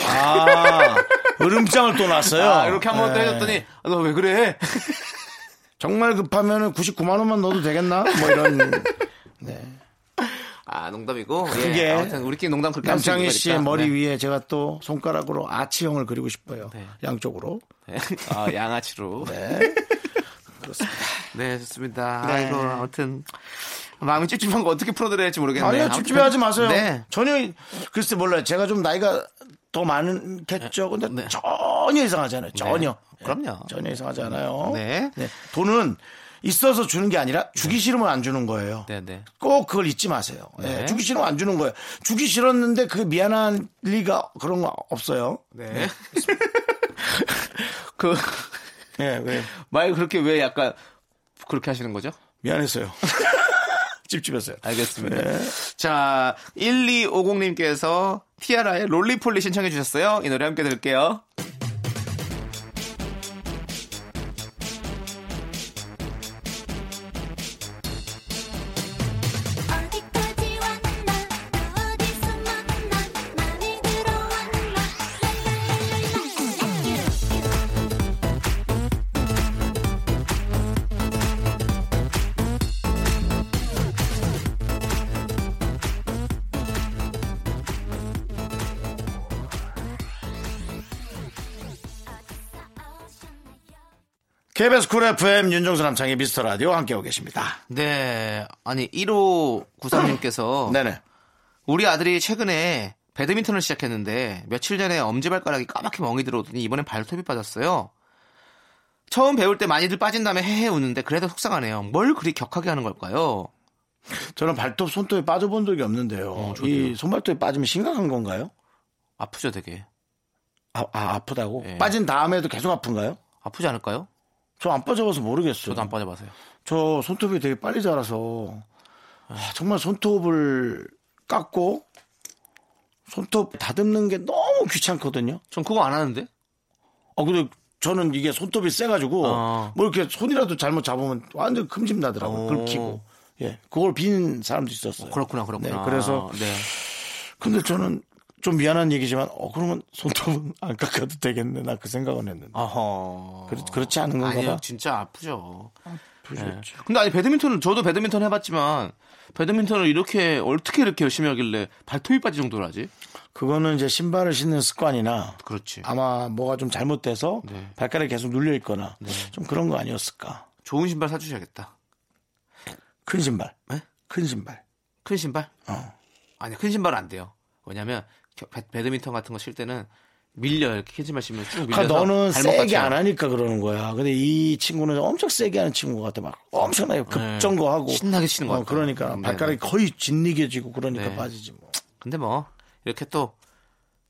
Speaker 1: 아, 으름장을 또 놨어요.
Speaker 2: 아, 이렇게 한 번 또
Speaker 1: 예.
Speaker 2: 해줬더니 너 왜 그래?
Speaker 1: 정말 급하면은 99만 원만 넣어도 되겠나? 뭐 이런
Speaker 2: 아 농담이고
Speaker 1: 그게
Speaker 2: 예, 아무튼 우리끼리 농담 그렇게 할수 있는
Speaker 1: 남창희 씨의
Speaker 2: 거니까.
Speaker 1: 머리
Speaker 2: 네.
Speaker 1: 위에 제가 또 손가락으로 아치형을 그리고 싶어요.
Speaker 2: 네.
Speaker 1: 양쪽으로.
Speaker 2: 네. 아, 양아치로. 네. 좋습니다.
Speaker 1: 네.
Speaker 2: 아이고, 아무튼. 마음이 찝찝한 거 어떻게 풀어드려야 할지 모르겠네요.
Speaker 1: 아니요,
Speaker 2: 아무튼.
Speaker 1: 찝찝해 하지 마세요.
Speaker 2: 네.
Speaker 1: 전혀, 글쎄 몰라요. 제가 좀 나이가 더 많겠죠. 근데
Speaker 2: 네.
Speaker 1: 전혀 이상하지 않아요. 전혀.
Speaker 2: 네. 그럼요.
Speaker 1: 전혀 이상하지 않아요.
Speaker 2: 네.
Speaker 1: 돈은 있어서 주는 게 아니라 주기 싫으면 안 주는 거예요.
Speaker 2: 네, 네.
Speaker 1: 꼭 그걸 잊지 마세요.
Speaker 2: 네.
Speaker 1: 예, 주기 싫으면 안 주는 거예요. 주기 싫었는데 그 미안한 리가 그런 거 없어요.
Speaker 2: 네. 그,
Speaker 1: 예, 왜
Speaker 2: 말 그렇게 왜 약간 그렇게 하시는 거죠?
Speaker 1: 미안했어요. 찝찝했어요.
Speaker 2: 알겠습니다.
Speaker 1: 네.
Speaker 2: 자, 1250님께서 티아라의 롤리폴리 신청해 주셨어요. 이 노래 함께 들을게요.
Speaker 3: 어디까지 왔나 어디서 만나 맘이 들어왔나 랄랄랄랄랄
Speaker 1: KBS 쿨 FM 윤정수 남창의 미스터 라디오 함께하고 계십니다.
Speaker 2: 네. 아니, 1호 93님께서
Speaker 1: 네네.
Speaker 2: 우리 아들이 최근에 배드민턴을 시작했는데 며칠 전에 엄지발가락이 까맣게 멍이 들어오더니 이번엔 발톱이 빠졌어요. 처음 배울 때 많이들 빠진 다음에 헤헤 웃는데 그래도 속상하네요. 뭘 그리 격하게 하는 걸까요?
Speaker 1: 저는 발톱 손톱에 빠져본 적이 없는데요.
Speaker 2: 어,
Speaker 1: 이 손발톱에 빠지면 심각한 건가요?
Speaker 2: 아프죠, 되게.
Speaker 1: 아, 아 아프다고?
Speaker 2: 예.
Speaker 1: 빠진 다음에도 계속 아픈가요?
Speaker 2: 아프지 않을까요?
Speaker 1: 저 안 빠져봐서 모르겠어요.
Speaker 2: 저도 안 빠져봐서요.
Speaker 1: 저 손톱이 되게 빨리 자라서 아, 정말 손톱을 깎고 손톱 다듬는 게 너무 귀찮거든요.
Speaker 2: 전 그거 안 하는데?
Speaker 1: 아 근데 저는 이게 손톱이 세가지고
Speaker 2: 어.
Speaker 1: 뭐 이렇게 손이라도 잘못 잡으면 완전 큼집 나더라고요.
Speaker 2: 어.
Speaker 1: 긁히고. 예, 그걸 비는 사람도 있었어요.
Speaker 2: 그렇구나, 그렇구나.
Speaker 1: 네, 그래서
Speaker 2: 네.
Speaker 1: 근데 저는 좀 미안한 얘기지만 어 그러면 손톱은 안 깎아도 되겠네 나 그 생각은 했는데
Speaker 2: 어허.
Speaker 1: 그렇- 그렇지 않은 건가 예.
Speaker 2: 아니요,
Speaker 1: 봐.
Speaker 2: 진짜 아프죠. 네.
Speaker 1: 부족했지.
Speaker 2: 근데 아니 배드민턴은 저도 배드민턴 해봤지만 배드민턴을 이렇게 어떻게 이렇게 열심히 하길래 발톱이 빠질 정도로 하지?
Speaker 1: 그거는 이제 신발을 신는 습관이나
Speaker 2: 그렇지.
Speaker 1: 아마 뭐가 좀 잘못돼서
Speaker 2: 네.
Speaker 1: 발가락이 계속 눌려 있거나 좀 그런 거 아니었을까
Speaker 2: 좋은 신발 사주셔야겠다.
Speaker 1: 큰 신발
Speaker 2: 네?
Speaker 1: 큰 신발
Speaker 2: 큰 신발?
Speaker 1: 어.
Speaker 2: 아니 큰 신발은 안 돼요. 왜냐면 겨- 배- 배드민턴 같은 거 칠 때는 밀려 이렇게 큰 신발 신으면 쭉 밀려서
Speaker 1: 그러니까 너는
Speaker 2: 발목
Speaker 1: 세게
Speaker 2: 다쳐요.
Speaker 1: 안 하니까 그러는 거야 근데 이 친구는 엄청 세게 하는 친구 같아 막 엄청나게 급정거하고
Speaker 2: 네. 신나게 치는 것
Speaker 1: 어,
Speaker 2: 같아요.
Speaker 1: 그러니까
Speaker 2: 네,
Speaker 1: 발가락이 거의 짓니겨지고 그러니까
Speaker 2: 네.
Speaker 1: 빠지지 뭐
Speaker 2: 근데 뭐 이렇게 또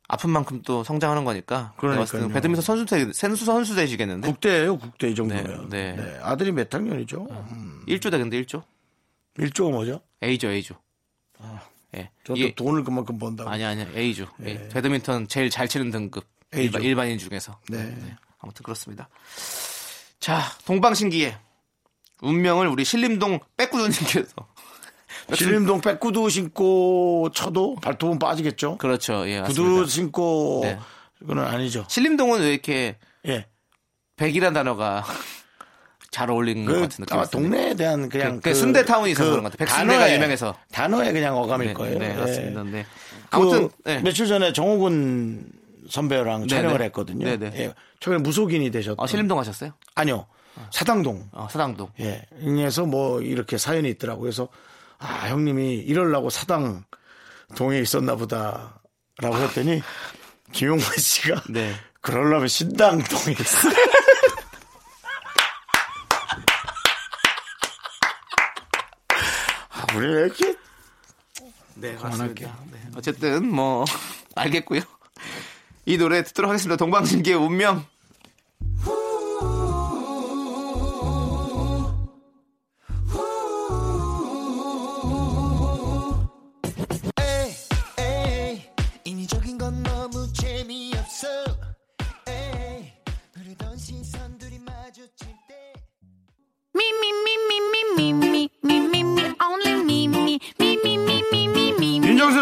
Speaker 2: 아픈 만큼 또 성장하는 거니까.
Speaker 1: 그러니까요.
Speaker 2: 내가 봤을 때는 배드민턴 선수 되, 선수 선수 되시겠는데.
Speaker 1: 국대예요 국대 이 정도면
Speaker 2: 네, 어. 네.
Speaker 1: 아들이 몇 학년이죠 음.
Speaker 2: 1조다 근데 1조.
Speaker 1: 일조가 뭐죠?
Speaker 2: A조 A조. 예.
Speaker 1: 아, 저도
Speaker 2: 이게-
Speaker 1: 돈을 그만큼 번다고.
Speaker 2: 아니 아니 A조. 예. 배드민턴 제일 잘 치는 등급.
Speaker 1: A조.
Speaker 2: 일반, 인 중에서.
Speaker 1: 네.
Speaker 2: 아무튼 그렇습니다. 자, 동방신기의 운명을 우리 신림동 백구조님께서
Speaker 1: 네. 신림동 백구두 신고 쳐도 발톱은 빠지겠죠?
Speaker 2: 그렇죠. 예.
Speaker 1: 구두
Speaker 2: 맞습니다.
Speaker 1: 신고
Speaker 2: 네.
Speaker 1: 그건 아니죠.
Speaker 2: 신림동은 왜 이렇게
Speaker 1: 예.
Speaker 2: 백이란 단어가 잘 어울리는 것
Speaker 1: 그
Speaker 2: 같은 느낌이
Speaker 1: 아마 동네에 대한 그냥
Speaker 2: 그- 그 순대타운이 있어서 그런 것 같아요. 백순대가
Speaker 1: 단어에-
Speaker 2: 유명해서.
Speaker 1: 단어에 그냥 어감일 거예요.
Speaker 2: 네,
Speaker 1: 예.
Speaker 2: 그렇습니다. 네.
Speaker 1: 그
Speaker 2: 아무튼 네.
Speaker 1: 며칠 전에 정호군 선배랑 촬영을
Speaker 2: 네.
Speaker 1: 했거든요.
Speaker 2: 네, 네.
Speaker 1: 예. 처음에 무속인이 되셨던
Speaker 2: 아, 신림동 가셨어요?
Speaker 1: 아니요. 사당동.
Speaker 2: 어, 서당동.
Speaker 1: 예. 응에서 뭐 이렇게 사연이 있더라고요. 그래서 아, 형님이 이럴라고 사당 동에 있었나 보다. 라고 했더니 김용만 씨가
Speaker 2: 아. 네.
Speaker 1: 그럴라면 신당 동에 있어. 아, 우리 왜 이렇게
Speaker 2: 네, 맞습니다. 네. 어쨌든 뭐 알겠고요. 이 노래 듣도록 하겠습니다. 동방신기의 운명.
Speaker 4: 에이, 에이, 인위적인 건 너무 재미없어. 에이, 흐르던 시선들이 마주칠 때.
Speaker 6: Me, me, me, me, me, me, me, me, me, me, only me, me, me, me, me, me, me, me.
Speaker 1: 윤정수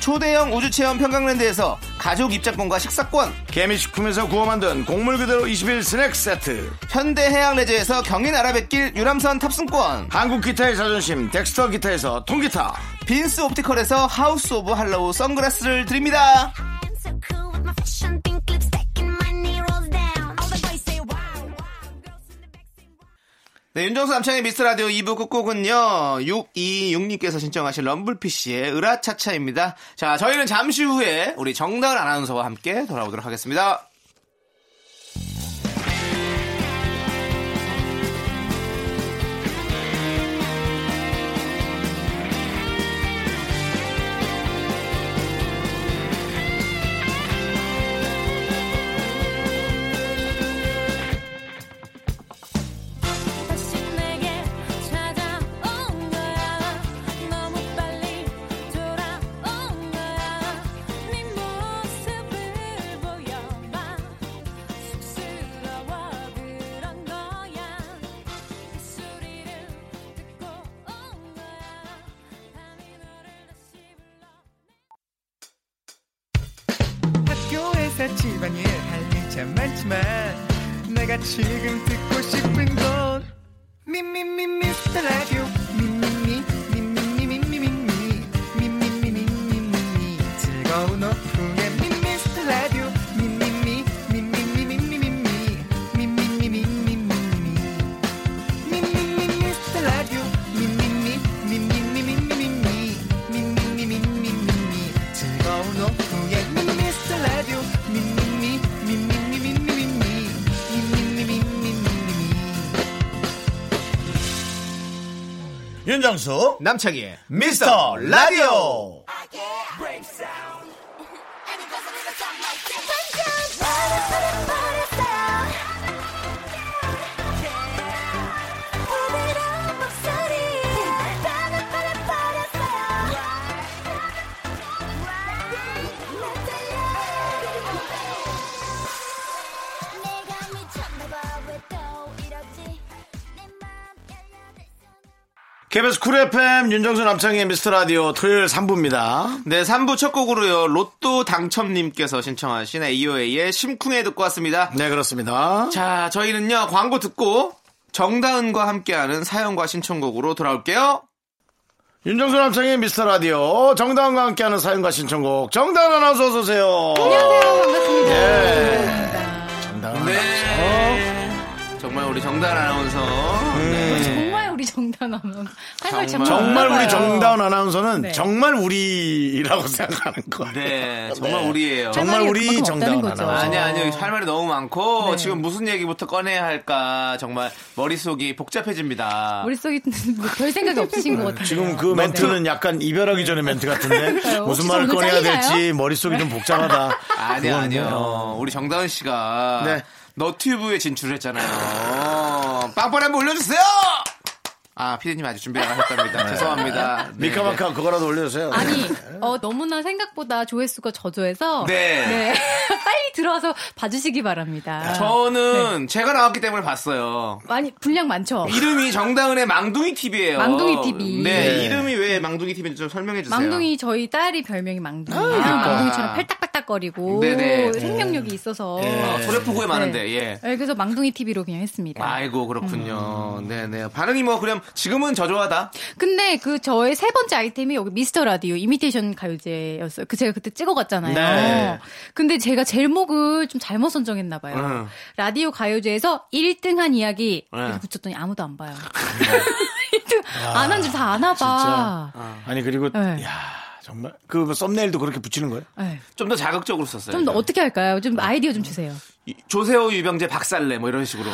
Speaker 2: 초대형 우주체험 평강랜드에서 가족 입장권과 식사권
Speaker 1: 개미식품에서 구워 만든 곡물 그대로 21 스낵 세트
Speaker 2: 현대해양레저에서 경인아라뱃길 유람선 탑승권
Speaker 1: 한국 기타의 자존심 덱스터 기타에서 통기타
Speaker 2: 빈스 옵티컬에서 하우스 오브 할로우 선글라스를 드립니다
Speaker 3: I'm so cool with my fashion, pink lipstick, and my knee rolls down. All the boys say wow, wow. Girls in the back say wow.
Speaker 2: 네, 윤정수 남창의 미스터라디오 2부 끝곡은요 626님께서 신청하신 럼블피쉬의 으라차차입니다 자 저희는 잠시 후에 우리 정다은 아나운서와 함께 돌아오도록 하겠습니다
Speaker 3: 다시 내게 찾아온 거야 너무 빨리 돌아온 거야 네 모습을 보여봐 쑥스러워 그런 거야 이 소리를 듣고 온 거야 밤이 너를 다시 불러
Speaker 7: 학교에서 집안일 할 일 참 많지만 내가 지금 듣고 싶은 건 미미미 미스터 라디오 미미미 미미미 미미미 미미미 미미미 미미미 즐거운 오후에 미스터 라디오 미미미 미미미 미미미 미미미 미미미 미미미
Speaker 1: 윤정수
Speaker 2: 남창희의
Speaker 1: 미스터 라디오 KBS 쿨 FM 윤정수 남창의 미스터 라디오 토요일 3부입니다
Speaker 2: 네, 3부 첫 곡으로요. 로또 당첨님께서 신청하신 AOA의 심쿵에 듣고 왔습니다.
Speaker 1: 네 그렇습니다
Speaker 2: 자, 저희는요. 광고 듣고 정다은과 함께하는 사연과 신청곡으로 돌아올게요.
Speaker 1: 윤정수 남창의 미스터 라디오 정다은과 함께하는 사연과 신청곡 정다은 아나운서 어서 오세요 예.
Speaker 6: 안녕하세요. 반갑습니다.
Speaker 1: 정다은
Speaker 2: 네. 정말 우리 정다은 아나운서.
Speaker 1: 네.
Speaker 6: 정말 우리 정단 아나운서. 할말 참
Speaker 1: 정말
Speaker 6: 많나
Speaker 1: 우리
Speaker 6: 봐요.
Speaker 1: 정다은 아나운서는
Speaker 6: 네.
Speaker 1: 정말 우리라고 생각하는 거예요.
Speaker 2: 네, 정말 우리예요.
Speaker 1: 정말 어.
Speaker 6: 할 말이
Speaker 1: 우리
Speaker 6: 그만큼 없다는
Speaker 1: 정다운
Speaker 6: 거죠.
Speaker 1: 아나운서.
Speaker 2: 아니, 아니, 할 말이 너무 많고,
Speaker 1: 네.
Speaker 2: 지금 무슨 얘기부터 꺼내야 할까, 정말, 머릿속이 복잡해집니다.
Speaker 6: 머릿속에 뭐 별 생각이 없으신 것 같아요.
Speaker 1: 지금 그 멘트는 약간 이별하기 전에 멘트 같은데 무슨
Speaker 6: 네. 혹시
Speaker 1: 말을
Speaker 6: 저는
Speaker 1: 꺼내야
Speaker 6: 짱이나요?
Speaker 1: 될지 머릿속이 좀 복잡하다. 뭐
Speaker 2: 아니요, 아니요. 우리 정다은 씨가
Speaker 1: 네.
Speaker 2: 너튜브에 진출했잖아요. 빵빠레 한번 올려주세요! 아, 피디님 아직 준비를 안 하셨답니다. 죄송합니다. 네.
Speaker 1: 미카마카 그거라도 올려주세요.
Speaker 6: 아니, 어, 너무나 생각보다 조회수가 저조해서.
Speaker 2: 네.
Speaker 6: 빨리 들어와서 봐주시기 바랍니다.
Speaker 2: 저는
Speaker 6: 네.
Speaker 2: 제가 나왔기 때문에 봤어요.
Speaker 6: 많이, 분량
Speaker 1: 아,
Speaker 6: 많죠?
Speaker 2: 이름이 정다은의 망둥이 TV예요.
Speaker 6: 망둥이 TV.
Speaker 2: 네,
Speaker 1: 네.
Speaker 2: 이름이 왜 망둥이 TV인지 좀 설명해 주세요.
Speaker 6: 망둥이 저희 딸이 별명이
Speaker 1: 아,
Speaker 6: 망둥이예요.
Speaker 2: 그러니까.
Speaker 6: 망둥이처럼 팔딱팔딱거리고
Speaker 2: 네네.
Speaker 6: 생명력이 있어서
Speaker 1: 네.
Speaker 2: 어, 소래포구에 많은데,
Speaker 6: 네.
Speaker 2: 예.
Speaker 6: 네, 그래서 망둥이 TV로 그냥 했습니다.
Speaker 2: 아이고 그렇군요.
Speaker 6: 음.
Speaker 2: 네네 반응이 뭐 그럼 지금은 저조하다.
Speaker 6: 근데 그 저의 세 번째 아이템이 여기 미스터 라디오 이미테이션 가요제였어요. 그 제가 그때 찍어갔잖아요.
Speaker 1: 네.
Speaker 6: 근데 제가 제목을 좀 잘못 선정했나 봐요.
Speaker 2: 음.
Speaker 6: 라디오 가요제에서 1등한 이야기
Speaker 2: 네.
Speaker 6: 이렇게 붙였더니 아무도 안 봐요. 1등 안 한 줄 다 아나 봐.
Speaker 1: 아니 그리고
Speaker 6: 네.
Speaker 1: 야 정말 그 썸네일도 그렇게 붙이는 거예요?
Speaker 6: 네.
Speaker 2: 좀 더 자극적으로 썼어요.
Speaker 6: 좀더 어떻게 할까요? 좀 아이디어 좀 주세요.
Speaker 2: 이- 조세호 유병재 박살내 뭐 이런 식으로.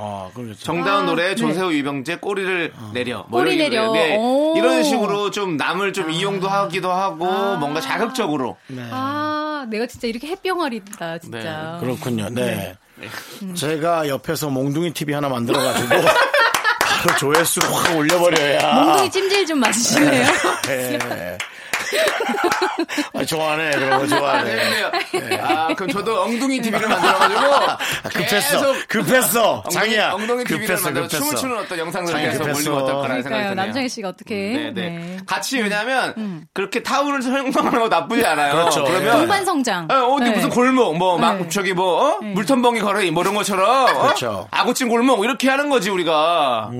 Speaker 1: 아 그렇죠.
Speaker 2: 정다운
Speaker 6: 아,
Speaker 2: 노래
Speaker 6: 네. 어.
Speaker 2: 조세호 유병재 꼬리를 내려 뭐
Speaker 6: 꼬리
Speaker 2: 이런 식으로.
Speaker 6: 내려.
Speaker 2: 네.
Speaker 6: 오.
Speaker 2: 이런 식으로 좀 남을 좀 이용도 하기도 하고 뭔가 자극적으로
Speaker 6: 아, 내가 진짜 이렇게 햇병아리다 진짜.
Speaker 1: 네. 그렇군요. 네. 제가 옆에서 몽둥이 TV 하나 만들어가지고 바로 조회수를 확 올려버려야.
Speaker 6: 엉덩이 찜질 좀 맞으시네요.
Speaker 1: 예. 아, 좋아하네. 그런 거 좋아하네.
Speaker 2: 재밌네요. 아, 그럼 저도 엉둥이 TV를 만들어가지고.
Speaker 1: 아, 급했어.
Speaker 2: 계속
Speaker 1: 급했어.
Speaker 2: 엉덩이-
Speaker 1: 장이야.
Speaker 2: 엉덩이 TV를
Speaker 1: 급했어.
Speaker 2: 만들어
Speaker 1: 급했어.
Speaker 2: 춤을 추는 어떤 영상들을
Speaker 1: 장이
Speaker 2: 계속
Speaker 1: 급했어.
Speaker 2: 올리면 어떨까라는 생각이
Speaker 6: 그러니까요.
Speaker 2: 드네요. 음,
Speaker 6: 남정희 씨가 어떻게.
Speaker 2: 네네.
Speaker 6: 네. 음.
Speaker 2: 같이 왜냐하면 그렇게 타운을 설명하는 거 나쁘지 않아요.
Speaker 1: 그렇죠.
Speaker 2: 러면
Speaker 6: 동반 성장.
Speaker 2: 어, 어디 무슨 골목, 뭐, 막,
Speaker 6: 네.
Speaker 2: 저기 뭐, 어? 물텀벙이 걸어, 뭐 이런 것처럼, 어?
Speaker 1: 그렇죠. 음.
Speaker 2: 아구찜 골목, 이렇게 하는 거지, 우리가.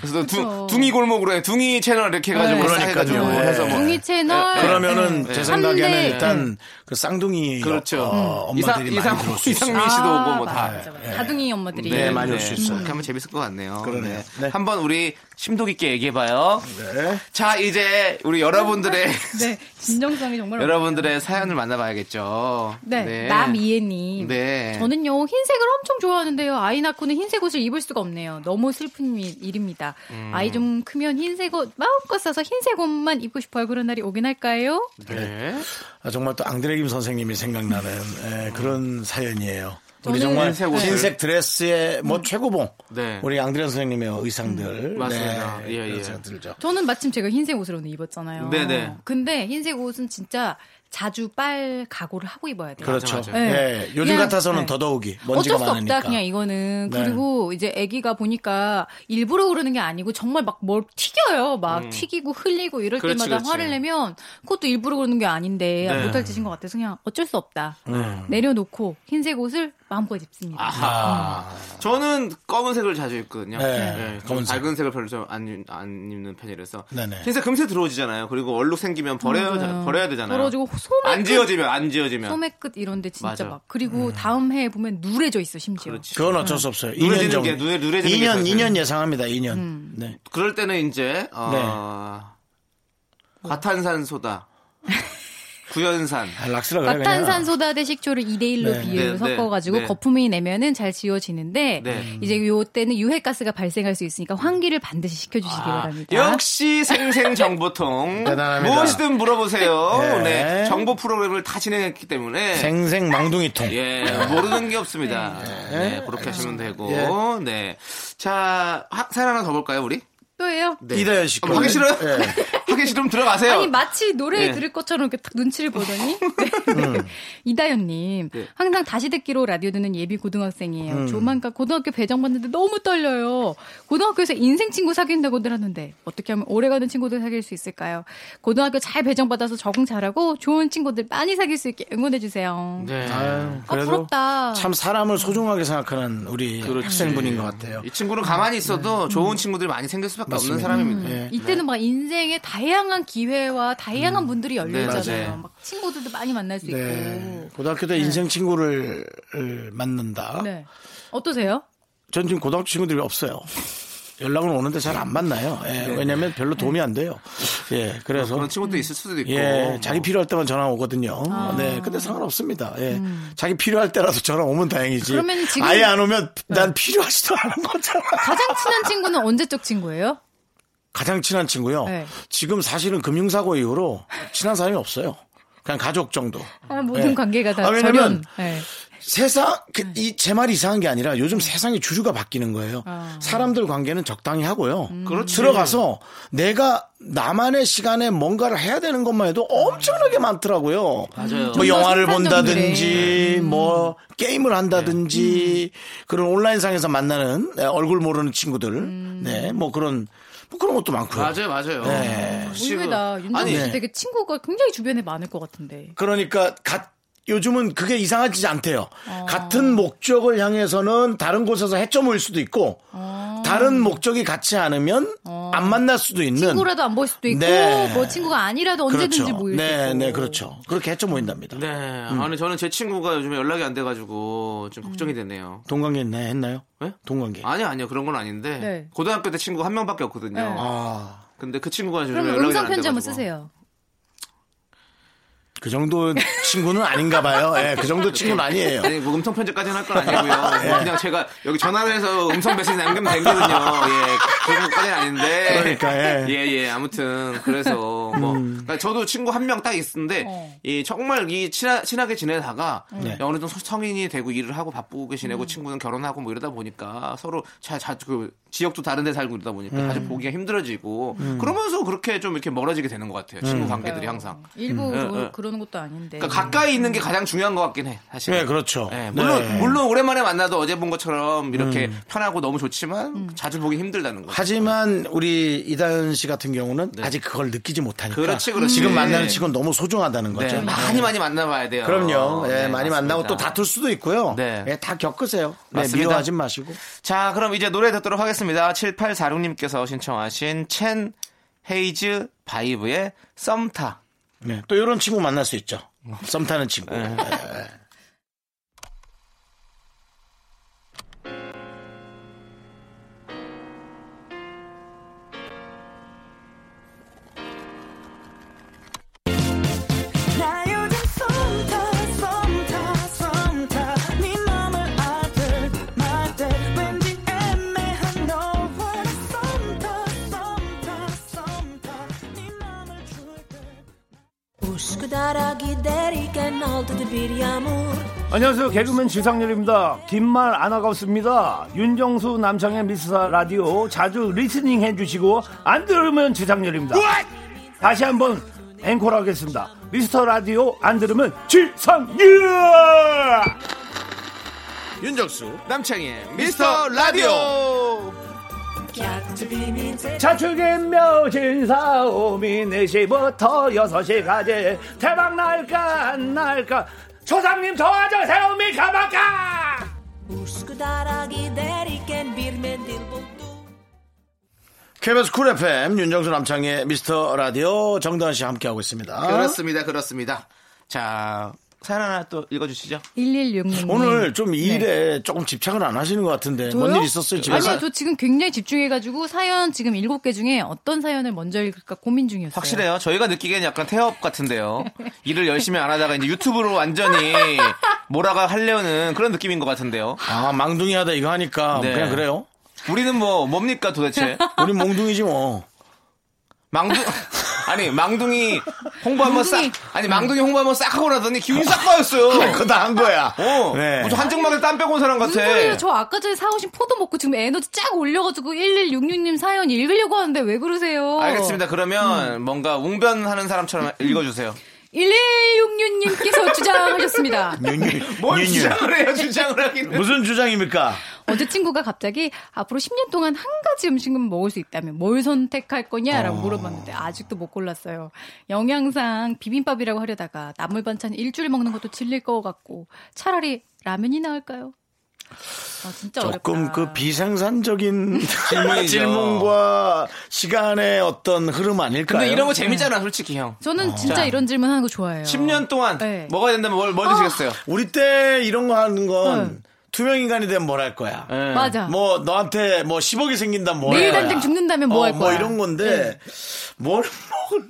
Speaker 2: 그래서 두,
Speaker 6: 그렇죠.
Speaker 2: 둥이 골목으로 해, 둥이 채널 이렇게 해가지고,
Speaker 6: 네.
Speaker 2: 그러니까요. 해가지고
Speaker 1: 그러니까요.
Speaker 2: 해서 뭐.
Speaker 6: 동기 채널.
Speaker 1: 그러면은
Speaker 2: 네. 음.
Speaker 1: 제 생각에는
Speaker 6: 삼대-
Speaker 1: 일단 그 쌍둥이
Speaker 2: 그렇죠.
Speaker 1: 어,
Speaker 2: 이상,
Speaker 1: 엄마들이
Speaker 2: 이상,
Speaker 1: 많이 들어올 수 있어요.
Speaker 2: 이상민 씨도 오고,
Speaker 6: 아,
Speaker 2: 뭐 다.
Speaker 6: 맞아, 맞아, 맞아. 다둥이 엄마들이.
Speaker 1: 네, 많이 올수 있어요.
Speaker 2: 그렇게 하면 재밌을 것 같네요.
Speaker 1: 그러네요.
Speaker 2: 네.
Speaker 1: 네.
Speaker 2: 한번 우리 심도 깊게 얘기해봐요.
Speaker 1: 네.
Speaker 2: 자, 이제 우리 여러분들의,
Speaker 6: 네, 진정성이 정말.
Speaker 2: 여러분들의 사연을 만나봐야겠죠.
Speaker 6: 네, 남이애님.
Speaker 2: 네.
Speaker 6: 저는요 흰색을 엄청 좋아하는데요 아이 낳고는 흰색 옷을 입을 수가 없네요. 너무 슬픈 일- 일입니다.
Speaker 2: 음.
Speaker 6: 아이 좀 크면 흰색 옷 마음껏 사서 흰색 옷만 입고 싶어요. 그런 날이 오긴 할까요?
Speaker 2: 네.
Speaker 1: 아, 정말 또 앙드레김 선생님이 생각나는 예, 그런 사연이에요. 우리
Speaker 6: 저는
Speaker 1: 정말
Speaker 2: 흰색 옷을. 음.
Speaker 1: 흰색 드레스의 뭐 최고봉.
Speaker 2: 네.
Speaker 1: 우리 앙드레 선생님의 의상들.
Speaker 2: 맞습니다.
Speaker 1: 네,
Speaker 2: 예,
Speaker 1: 그런
Speaker 2: 예.
Speaker 1: 생각 들죠.
Speaker 6: 저는 마침 제가 흰색 옷을 오늘 입었잖아요.
Speaker 2: 네네.
Speaker 6: 근데 흰색 옷은 진짜 자주 빨 각오를 하고 입어야 돼요.
Speaker 1: 그렇죠.
Speaker 2: 맞아.
Speaker 1: 예, 요즘
Speaker 6: 그냥,
Speaker 1: 같아서는
Speaker 6: 네.
Speaker 1: 더더욱이 먼지가
Speaker 6: 어쩔 수
Speaker 1: 많으니까.
Speaker 6: 없다 그냥 이거는
Speaker 1: 네.
Speaker 6: 그리고 이제 아기가 보니까 일부러 그러는 게 아니고 정말 막 뭘 튀겨요 막 튀기고 흘리고 이럴
Speaker 2: 음. 그렇지,
Speaker 6: 때마다
Speaker 2: 그렇지.
Speaker 6: 화를 내면 그것도 일부러 그러는 게 아닌데
Speaker 2: 네.
Speaker 6: 못할 짓인 것 같아서 그냥 어쩔 수 없다 내려놓고 흰색 옷을 마음껏 입습니다
Speaker 2: 아하. 저는 검은색을 자주 입거든요.
Speaker 1: 네,
Speaker 2: 좀
Speaker 1: 검은색.
Speaker 2: 밝은 색을 별로 좀안 안 입는 편이라서.
Speaker 1: 네네.
Speaker 2: 흰색 금세 들어오지잖아요. 그리고 얼룩 생기면 버려야,
Speaker 6: 맞아요.
Speaker 2: 버려야 되잖아요.
Speaker 6: 떨어지고 소매
Speaker 2: 안 지워지면, 안 지워지면.
Speaker 6: 소매 끝 이런데 진짜
Speaker 2: 맞아.
Speaker 6: 막 그리고 다음 해에 보면 누래져 있어 심지어
Speaker 2: 그렇지.
Speaker 1: 그건 어쩔 수 없어요.
Speaker 2: 음. 눈에
Speaker 1: 2년
Speaker 2: 띄는
Speaker 1: 정도.
Speaker 2: 게, 눈에- 눈에 띄는 게
Speaker 1: 2년,
Speaker 2: 있어요. 음.
Speaker 1: 2년 예상합니다. 2년. 네.
Speaker 2: 그럴 때는 이제, 어,
Speaker 1: 네.
Speaker 2: 과탄산소다. 구연산.
Speaker 1: 아, 락스라 그래 그냥.
Speaker 6: 과탄산소다 대식초를 2대1로
Speaker 1: 네.
Speaker 6: 비율로
Speaker 2: 네, 네,
Speaker 6: 섞어가지고
Speaker 2: 네.
Speaker 6: 거품이 내면은 잘 지워지는데
Speaker 2: 네.
Speaker 6: 이제 요 때는 유해가스가 발생할 수 있으니까 환기를 반드시 시켜주시기
Speaker 2: 아,
Speaker 6: 바랍니다.
Speaker 2: 역시 생생정보통.
Speaker 1: 그러니까. 대단합니다.
Speaker 2: 무엇이든 물어보세요.
Speaker 1: 네.
Speaker 2: 네. 정보 프로그램을 다 진행했기 때문에.
Speaker 1: 생생 망둥이통.
Speaker 2: 예, 모르는 게 없습니다. 네, 그렇게 하시면 되고.
Speaker 1: 예.
Speaker 2: 네. 자, 하, 사연 하나 더 볼까요, 우리?
Speaker 6: 또예요?
Speaker 2: 네.
Speaker 1: 이다현 씨. 예.
Speaker 2: 어, 하기 싫어요? 하기 싫으면 들어가세요.
Speaker 6: 아니 마치 노래
Speaker 2: 네.
Speaker 6: 들을 것처럼 이렇게 딱 눈치를 보더니 네. 이다연님
Speaker 2: 네.
Speaker 6: 항상 다시 듣기로 라디오 듣는 예비 고등학생이에요. 조만간 고등학교 배정 받는데 너무 떨려요. 고등학교에서 인생 친구 사귄다고들 하는데 어떻게 하면 오래가는 친구들 사귈 수 있을까요? 고등학교 잘 배정 받아서 적응 잘하고 좋은 친구들 많이 사귈 수 있게 응원해 주세요.
Speaker 2: 네.
Speaker 1: 아유,
Speaker 6: 아
Speaker 1: 그래도
Speaker 6: 부럽다.
Speaker 1: 참 사람을 소중하게 생각하는 우리
Speaker 2: 그렇지.
Speaker 1: 학생분인 것 같아요.
Speaker 2: 이 친구는 가만히 있어도 좋은 친구들이 많이 생길 수밖에 없는
Speaker 1: 네. 맞습니다.
Speaker 2: 사람입니다.
Speaker 1: 예.
Speaker 6: 이때는 막 인생의 다양한 기회와 다양한 분들이 열려
Speaker 2: 네,
Speaker 6: 있잖아요.
Speaker 2: 맞아요.
Speaker 6: 막 친구들도 많이 만날 수
Speaker 1: 네.
Speaker 6: 있고.
Speaker 1: 고등학교 때 인생 친구를 을, 만난다.
Speaker 6: 네. 어떠세요?
Speaker 1: 전 지금 고등학교 친구들이 없어요. 연락은 오는데 잘 안 만나요. 예, 왜냐면 별로
Speaker 6: 네.
Speaker 1: 도움이 안 돼요. 예, 그래서.
Speaker 2: 아, 그런 친구도 있을 수도 있고.
Speaker 1: 예,
Speaker 2: 뭐.
Speaker 1: 자기 필요할 때만 전화 오거든요.
Speaker 6: 아.
Speaker 1: 네, 근데 상관없습니다. 예. 자기 필요할 때라도 전화 오면 다행이지.
Speaker 6: 음. 그러면 지금- 네.
Speaker 1: 아예 안 오면 난 필요하지도 않은 거잖아.
Speaker 6: 가장 친한 친구는 언제적 친구예요?
Speaker 1: 가장 친한 친구요.
Speaker 6: 네.
Speaker 1: 지금 사실은 금융사고 이후로 친한 사람이 없어요. 그냥 가족 정도.
Speaker 6: 아, 모든
Speaker 1: 예.
Speaker 6: 관계가 다
Speaker 1: 아, 왜냐면
Speaker 6: 절연. 네.
Speaker 1: 세상 그, 이제 말이 이상한 게 아니라 요즘 세상의 주류가 바뀌는 거예요. 사람들 관계는 적당히 하고요.
Speaker 2: 그렇지.
Speaker 1: 들어가서 내가 나만의 시간에 뭔가를 해야 되는 것만 해도 엄청나게 많더라고요.
Speaker 2: 맞아요.
Speaker 1: 뭐
Speaker 6: 정말
Speaker 1: 영화를
Speaker 6: 생산적이래.
Speaker 1: 본다든지 뭐 게임을 한다든지 그런 온라인상에서 만나는 네, 얼굴 모르는 친구들 네 뭐 그런 뭐 그런 것도 많고요.
Speaker 2: 맞아요, 맞아요.
Speaker 1: 네.
Speaker 2: 혹시
Speaker 6: 음, 의외다.
Speaker 2: 그-
Speaker 6: 윤정
Speaker 2: 아니,
Speaker 6: 씨 되게 친구가 굉장히 주변에 많을 것 같은데.
Speaker 1: 그러니까 갓 요즘은 그게 이상하지 않대요.
Speaker 2: 어.
Speaker 1: 같은 목적을 향해서는 다른 곳에서 해점일 수도 있고
Speaker 2: 어.
Speaker 1: 다른 목적이 같지 않으면 안 만날 수도 있는
Speaker 6: 친구라도 안 보일 수도 있고,
Speaker 1: 그러니까 네.
Speaker 6: 뭐 친구가 아니라도 언제든지
Speaker 1: 그렇죠.
Speaker 6: 모일 수
Speaker 1: 네,
Speaker 6: 있고.
Speaker 1: 네, 그렇죠. 그렇게 해점 모인답니다.
Speaker 2: 네.
Speaker 1: 음.
Speaker 2: 아니, 저는 제 친구가 요즘에 연락이 안 돼가지고
Speaker 6: 음.
Speaker 2: 좀 걱정이 되네요.
Speaker 1: 동관계 했나 했나요?
Speaker 2: 네?
Speaker 1: 동관계.
Speaker 2: 아니요, 아니요. 그런 건 아닌데.
Speaker 6: 네.
Speaker 2: 고등학교 때 친구가 한 명밖에 없거든요.
Speaker 1: 아,
Speaker 2: 근데 그 친구가 요즘에
Speaker 6: 그럼
Speaker 2: 연락이 안
Speaker 6: 음성 편지 한번
Speaker 2: 돼가지고.
Speaker 6: 쓰세요.
Speaker 1: 그 정도 친구는 아닌가 봐요. 예, 그 정도 친구는 아니에요. 네.
Speaker 2: 아니 뭐 음성 편집까지는 할 건 아니고요. 뭐 그냥 제가 여기 전화를 해서 음성 메시지 남기면 되거든요. 예, 그것까지는 아닌데.
Speaker 1: 그러니까, 예. 음.
Speaker 2: 예, 예, 아무튼 그래서 뭐 그러니까 저도 친구 한 명 딱 있는데
Speaker 6: 어.
Speaker 2: 이 정말 이 친하, 친하게 지내다가
Speaker 1: 네.
Speaker 2: 어느 정도 성인이 되고 일을 하고 바쁘게 지내고 친구는 결혼하고 뭐 이러다 보니까 서로 자, 자, 그 지역도 다른데 살고 이러다 보니까
Speaker 1: 음.
Speaker 2: 자주 보기가 힘들어지고 그러면서 그렇게 좀 이렇게 멀어지게 되는 것 같아요.
Speaker 1: 음.
Speaker 2: 친구 관계들이 항상.
Speaker 6: 일부러 뭐
Speaker 2: 음, 음.
Speaker 6: 그러는 것도 아닌데.
Speaker 2: 그러니까 가까이 있는 게 가장 중요한 것 같긴 해. 사실.
Speaker 1: 네, 그렇죠.
Speaker 2: 예, 물론
Speaker 1: 네.
Speaker 2: 물론 오랜만에 만나도 어제 본 것처럼 이렇게 편하고 너무 좋지만 자주 보기 힘들다는 거.
Speaker 1: 하지만 우리 이다현 씨 같은 경우는 아직 그걸 느끼지 못하니까
Speaker 2: 네. 그렇지, 그렇지.
Speaker 1: 지금
Speaker 2: 네.
Speaker 1: 만나는 친구는 너무 소중하다는
Speaker 2: 네,
Speaker 1: 거죠.
Speaker 2: 많이 많이 만나봐야 돼요.
Speaker 1: 그럼요. 예,
Speaker 2: 네,
Speaker 1: 많이 만나고
Speaker 2: 맞습니다.
Speaker 1: 또 다툴 수도 있고요.
Speaker 2: 네.
Speaker 1: 예, 다 겪으세요. 네,
Speaker 2: 맞습니다.
Speaker 1: 미워하지 마시고.
Speaker 2: 자, 그럼 이제 노래 듣도록 하겠습니다. 7846님께서 신청하신 첸 헤이즈 바이브의 썸타.
Speaker 1: 네, 또 이런 친구 만날 수 있죠. 썸 타는 친구.
Speaker 2: 네.
Speaker 1: 예.
Speaker 8: 나 요즘 썸타 썸타 썸타 네 맘을 아들 마들 왠지 애매한 너와 나 썸타 썸타 썸타 네 맘을 줄때
Speaker 9: 안녕하세요. 개그맨 지상렬입니다. 긴 말 안 아깝습니다. 윤정수 남창의 미스터 라디오 자주 리스닝 해주시고 안 들으면 지상렬입니다. 다시 한번 앵콜 하겠습니다. 미스터 라디오 안 들으면 지상렬!
Speaker 1: 윤정수.
Speaker 2: 남창희의 미스터 라디오.
Speaker 1: 어?
Speaker 9: 자축인 어, 묘진사 오미 4시부터 6시까지 대박 날까 안 날까 조상님 도와줘 세움이 가만가
Speaker 1: KBS 쿨 FM 윤정수 남창의 미스터 라디오 정다은 씨와 함께하고 있습니다.
Speaker 2: 그렇습니다, 그렇습니다. 자, 사연 하나 또 읽어주시죠.
Speaker 6: 1166님.
Speaker 2: 음.
Speaker 6: 네.
Speaker 1: 오늘 좀
Speaker 2: 네.
Speaker 1: 일에 조금 집착을 안 하시는 것 같은데 뭔 일 있었어요 집에서?
Speaker 6: 아니요, 저 지금 굉장히 집중해가지고 사연 지금 7개 중에 어떤 사연을 먼저 읽을까 고민 중이었어요.
Speaker 2: 확실해요. 저희가 느끼기엔 약간 태업 같은데요. 일을 열심히 안 하다가 이제 유튜브로 완전히 몰아가 하려는 그런 느낌인 것 같은데요.
Speaker 1: 아 망둥이하다 이거 하니까
Speaker 2: 네.
Speaker 1: 그냥 그래요.
Speaker 2: 우리는 뭐 뭡니까 도대체?
Speaker 1: 우리 몽둥이지 뭐.
Speaker 2: 망둥 아니 망둥이 홍보 한번 싹
Speaker 6: 망둥이.
Speaker 2: 아니 망둥이 홍보 한번 싹 하고 나더니 기운이 싹 빠졌어요.
Speaker 1: 그거 다 한 거야.
Speaker 2: 어,
Speaker 1: 네.
Speaker 2: 무슨 한증막에 땀 빼고 온 사람 같아.
Speaker 6: 무슨 소리예요? 저 아까 전에 사오신 포도 먹고 지금 에너지 쫙 올려가지고 1166님 사연 읽으려고 하는데 왜 그러세요?
Speaker 2: 알겠습니다.
Speaker 6: 음.
Speaker 2: 그러면 뭔가 웅변하는 사람처럼 읽어주세요.
Speaker 6: 1166님께서
Speaker 1: 네.
Speaker 6: 주장하셨습니다.
Speaker 1: 윤유,
Speaker 2: 뭘
Speaker 1: 윤유.
Speaker 2: 주장을 해요? 주장을 하긴.
Speaker 1: 무슨 주장입니까?
Speaker 6: 어제 친구가 갑자기 앞으로 10년 동안 한 가지 음식만 먹을 수 있다면 뭘 선택할 거냐라고 물어봤는데 아직도 못 골랐어요. 영양상 비빔밥이라고 하려다가 나물 반찬 일주일 먹는 것도 질릴 것 같고 차라리 라면이 나을까요? 아, 진짜
Speaker 1: 조금
Speaker 6: 어렵다.
Speaker 1: 그 비생산적인
Speaker 2: 질문이죠.
Speaker 1: 질문과 시간의 어떤 흐름 아닐까요?
Speaker 2: 근데 이런 거
Speaker 6: 네.
Speaker 2: 재밌잖아, 솔직히 형.
Speaker 6: 저는 진짜
Speaker 2: 자.
Speaker 6: 이런 질문 하는 거 좋아해요.
Speaker 2: 10년 동안
Speaker 6: 네. 아.
Speaker 2: 먹어야 된다면 뭘, 뭘 드시겠어요?
Speaker 1: 우리 때 이런 거 하는 건
Speaker 6: 응.
Speaker 1: 투명 인간이 되면 뭘 할 거야.
Speaker 2: 예.
Speaker 6: 맞아.
Speaker 1: 뭐 너한테 뭐 10억이 생긴다면 뭐
Speaker 6: 내일
Speaker 1: 할 거야.
Speaker 6: 당장 죽는다면 뭐할
Speaker 1: 뭐
Speaker 6: 거야.
Speaker 1: 이런 건데 뭘 먹을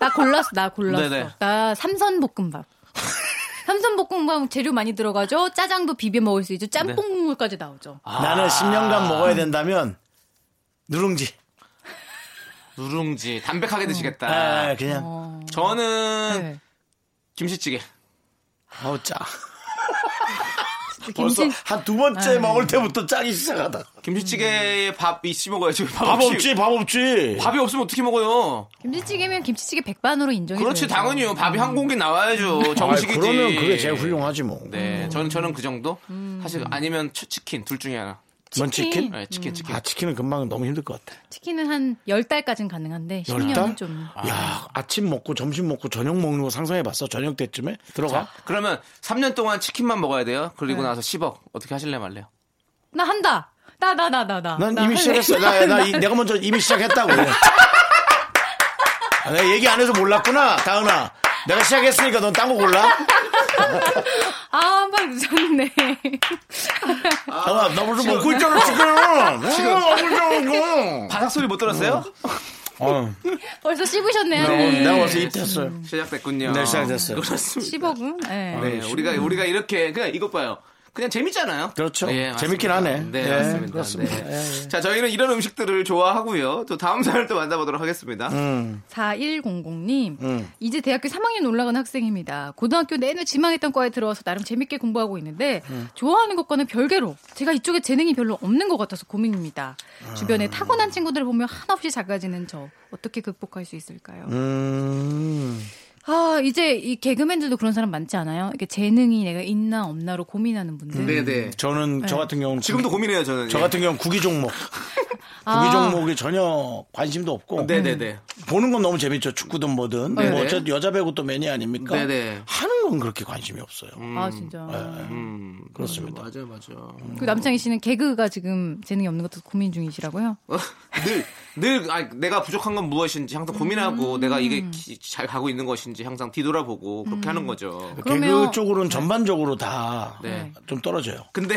Speaker 6: 나 골랐어, 나 골랐어.
Speaker 2: 네네.
Speaker 6: 나 삼선 볶음밥. 삼선 볶음밥 재료 많이 들어가죠. 짜장도 비벼 먹을 수 있죠. 짬뽕 국물까지 나오죠.
Speaker 1: 나는 10년간 먹어야 된다면 누룽지.
Speaker 2: 누룽지 담백하게 드시겠다.
Speaker 1: 아, 그냥
Speaker 6: 어.
Speaker 2: 저는
Speaker 6: 네.
Speaker 2: 김치찌개.
Speaker 1: 아우 짜. 벌써
Speaker 6: 김치
Speaker 1: 한 두
Speaker 6: 아.
Speaker 1: 번째 먹을 때부터 짜기 시작하다.
Speaker 2: 김치찌개에 밥 있이 먹어야지. 밥,
Speaker 1: 음. 밥
Speaker 2: 없이-
Speaker 1: 없지, 밥 없지.
Speaker 2: 밥이 없으면 어떻게 먹어요?
Speaker 6: 김치찌개면 김치찌개 백반으로 인정해
Speaker 2: 그렇지
Speaker 6: 줘야죠.
Speaker 2: 당연히요. 밥이 한 공기 나와야죠. 정식이지.
Speaker 1: 음. 아이, 그러면 그게 제일 음. 훌륭하지 뭐.
Speaker 2: 네, 저는 저는 그 정도. 사실 아니면 치- 치킨 둘 중에 하나.
Speaker 1: 넌뭐 치킨?
Speaker 2: 네, 치킨 치킨.
Speaker 1: 아 치킨은 금방 너무 힘들 것 같아.
Speaker 6: 치킨은 한 10달까지는 가능한데 10년은 좀
Speaker 1: 야 아침 먹고 점심 먹고 저녁 먹는 거 상상해봤어? 저녁 때쯤에 들어가?
Speaker 2: 그러면 3년 동안 치킨만 먹어야 돼요.
Speaker 1: 네.
Speaker 2: 그리고 나서 10억 어떻게 하실래 말래요?
Speaker 6: 나 한다. 나 나 나 나 나.
Speaker 1: 난
Speaker 6: 나
Speaker 1: 이미
Speaker 6: 할래.
Speaker 1: 시작했어. 나, 나 이- 내가 먼저 이미 시작했다고. 아, 내가 얘기 안 해서 몰랐구나, 다은아. 내가 시작했으니까 넌 딴 거 골라?
Speaker 6: 아, 한발 늦었네.
Speaker 1: 다은아, 뭐
Speaker 2: 어,
Speaker 1: 나 무슨 먹고 있잖아, 지금. 지금 먹고 있잖아, 이거. 음.
Speaker 2: 바삭 소리 못 들었어요?
Speaker 1: 어,
Speaker 6: 벌써 씹으셨네요.
Speaker 1: 내가,
Speaker 6: 네.
Speaker 1: 내가 벌써 입됐어요.
Speaker 2: 시작됐군요.
Speaker 1: 네, 시작됐어요.
Speaker 2: 그렇습니다.
Speaker 6: 10억은? 네.
Speaker 2: 네, 우리가 우리가 이렇게 그냥 이것 봐요. 그냥 재밌잖아요.
Speaker 1: 그렇죠.
Speaker 2: 예, 맞습니다.
Speaker 1: 재밌긴 하네.
Speaker 2: 네,
Speaker 1: 예,
Speaker 2: 맞습니다.
Speaker 1: 그렇습니다.
Speaker 2: 네. 자, 저희는 이런 음식들을 좋아하고요. 또 다음 사연을 또 만나보도록 하겠습니다.
Speaker 1: 음.
Speaker 6: 4100님, 이제 대학교 3학년 올라간 학생입니다. 고등학교 내내 지망했던 과에 들어와서 나름 재밌게 공부하고 있는데,
Speaker 1: 음.
Speaker 6: 좋아하는 것과는 별개로 제가 이쪽에 재능이 별로 없는 것 같아서 고민입니다. 주변에 타고난 친구들을 보면 한없이 작아지는 저, 어떻게 극복할 수 있을까요?
Speaker 1: 음,
Speaker 6: 아, 이제 이 개그맨들도 그런 사람 많지 않아요? 이게 재능이 내가 있나 없나로 고민하는 분들.
Speaker 2: 네, 네.
Speaker 1: 저는 저 같은 경우는
Speaker 2: 지금도 고민해요, 저는.
Speaker 1: 저
Speaker 2: 예.
Speaker 1: 같은 경우는 구기 종목,
Speaker 6: 아.
Speaker 1: 구기 종목에 전혀 관심도 없고
Speaker 2: 네, 네, 네.
Speaker 1: 보는 건 너무 재밌죠. 축구든 뭐든
Speaker 2: 네.
Speaker 1: 뭐 어쨌든 여자 배구 또 매니 아닙니까?
Speaker 2: 네, 네.
Speaker 1: 하는 건 그렇게 관심이 없어요.
Speaker 6: 아, 진짜.
Speaker 2: 음,
Speaker 1: 그렇습니다.
Speaker 2: 맞아, 맞아.
Speaker 6: 그 남창희 씨는 개그가 지금 재능이 없는 것도 고민 중이시라고요?
Speaker 2: 어, 늘, 늘, 아, 내가 부족한 건 무엇인지 항상 고민하고
Speaker 1: 음.
Speaker 2: 내가 이게 기- 잘 가고 있는 것인지 항상 뒤돌아보고 그렇게
Speaker 1: 음.
Speaker 2: 하는 거죠.
Speaker 1: 뭐 개그
Speaker 6: 그러면- 네.
Speaker 1: 쪽으로는 전반적으로 다 좀
Speaker 2: 네.
Speaker 1: 떨어져요.
Speaker 2: 근데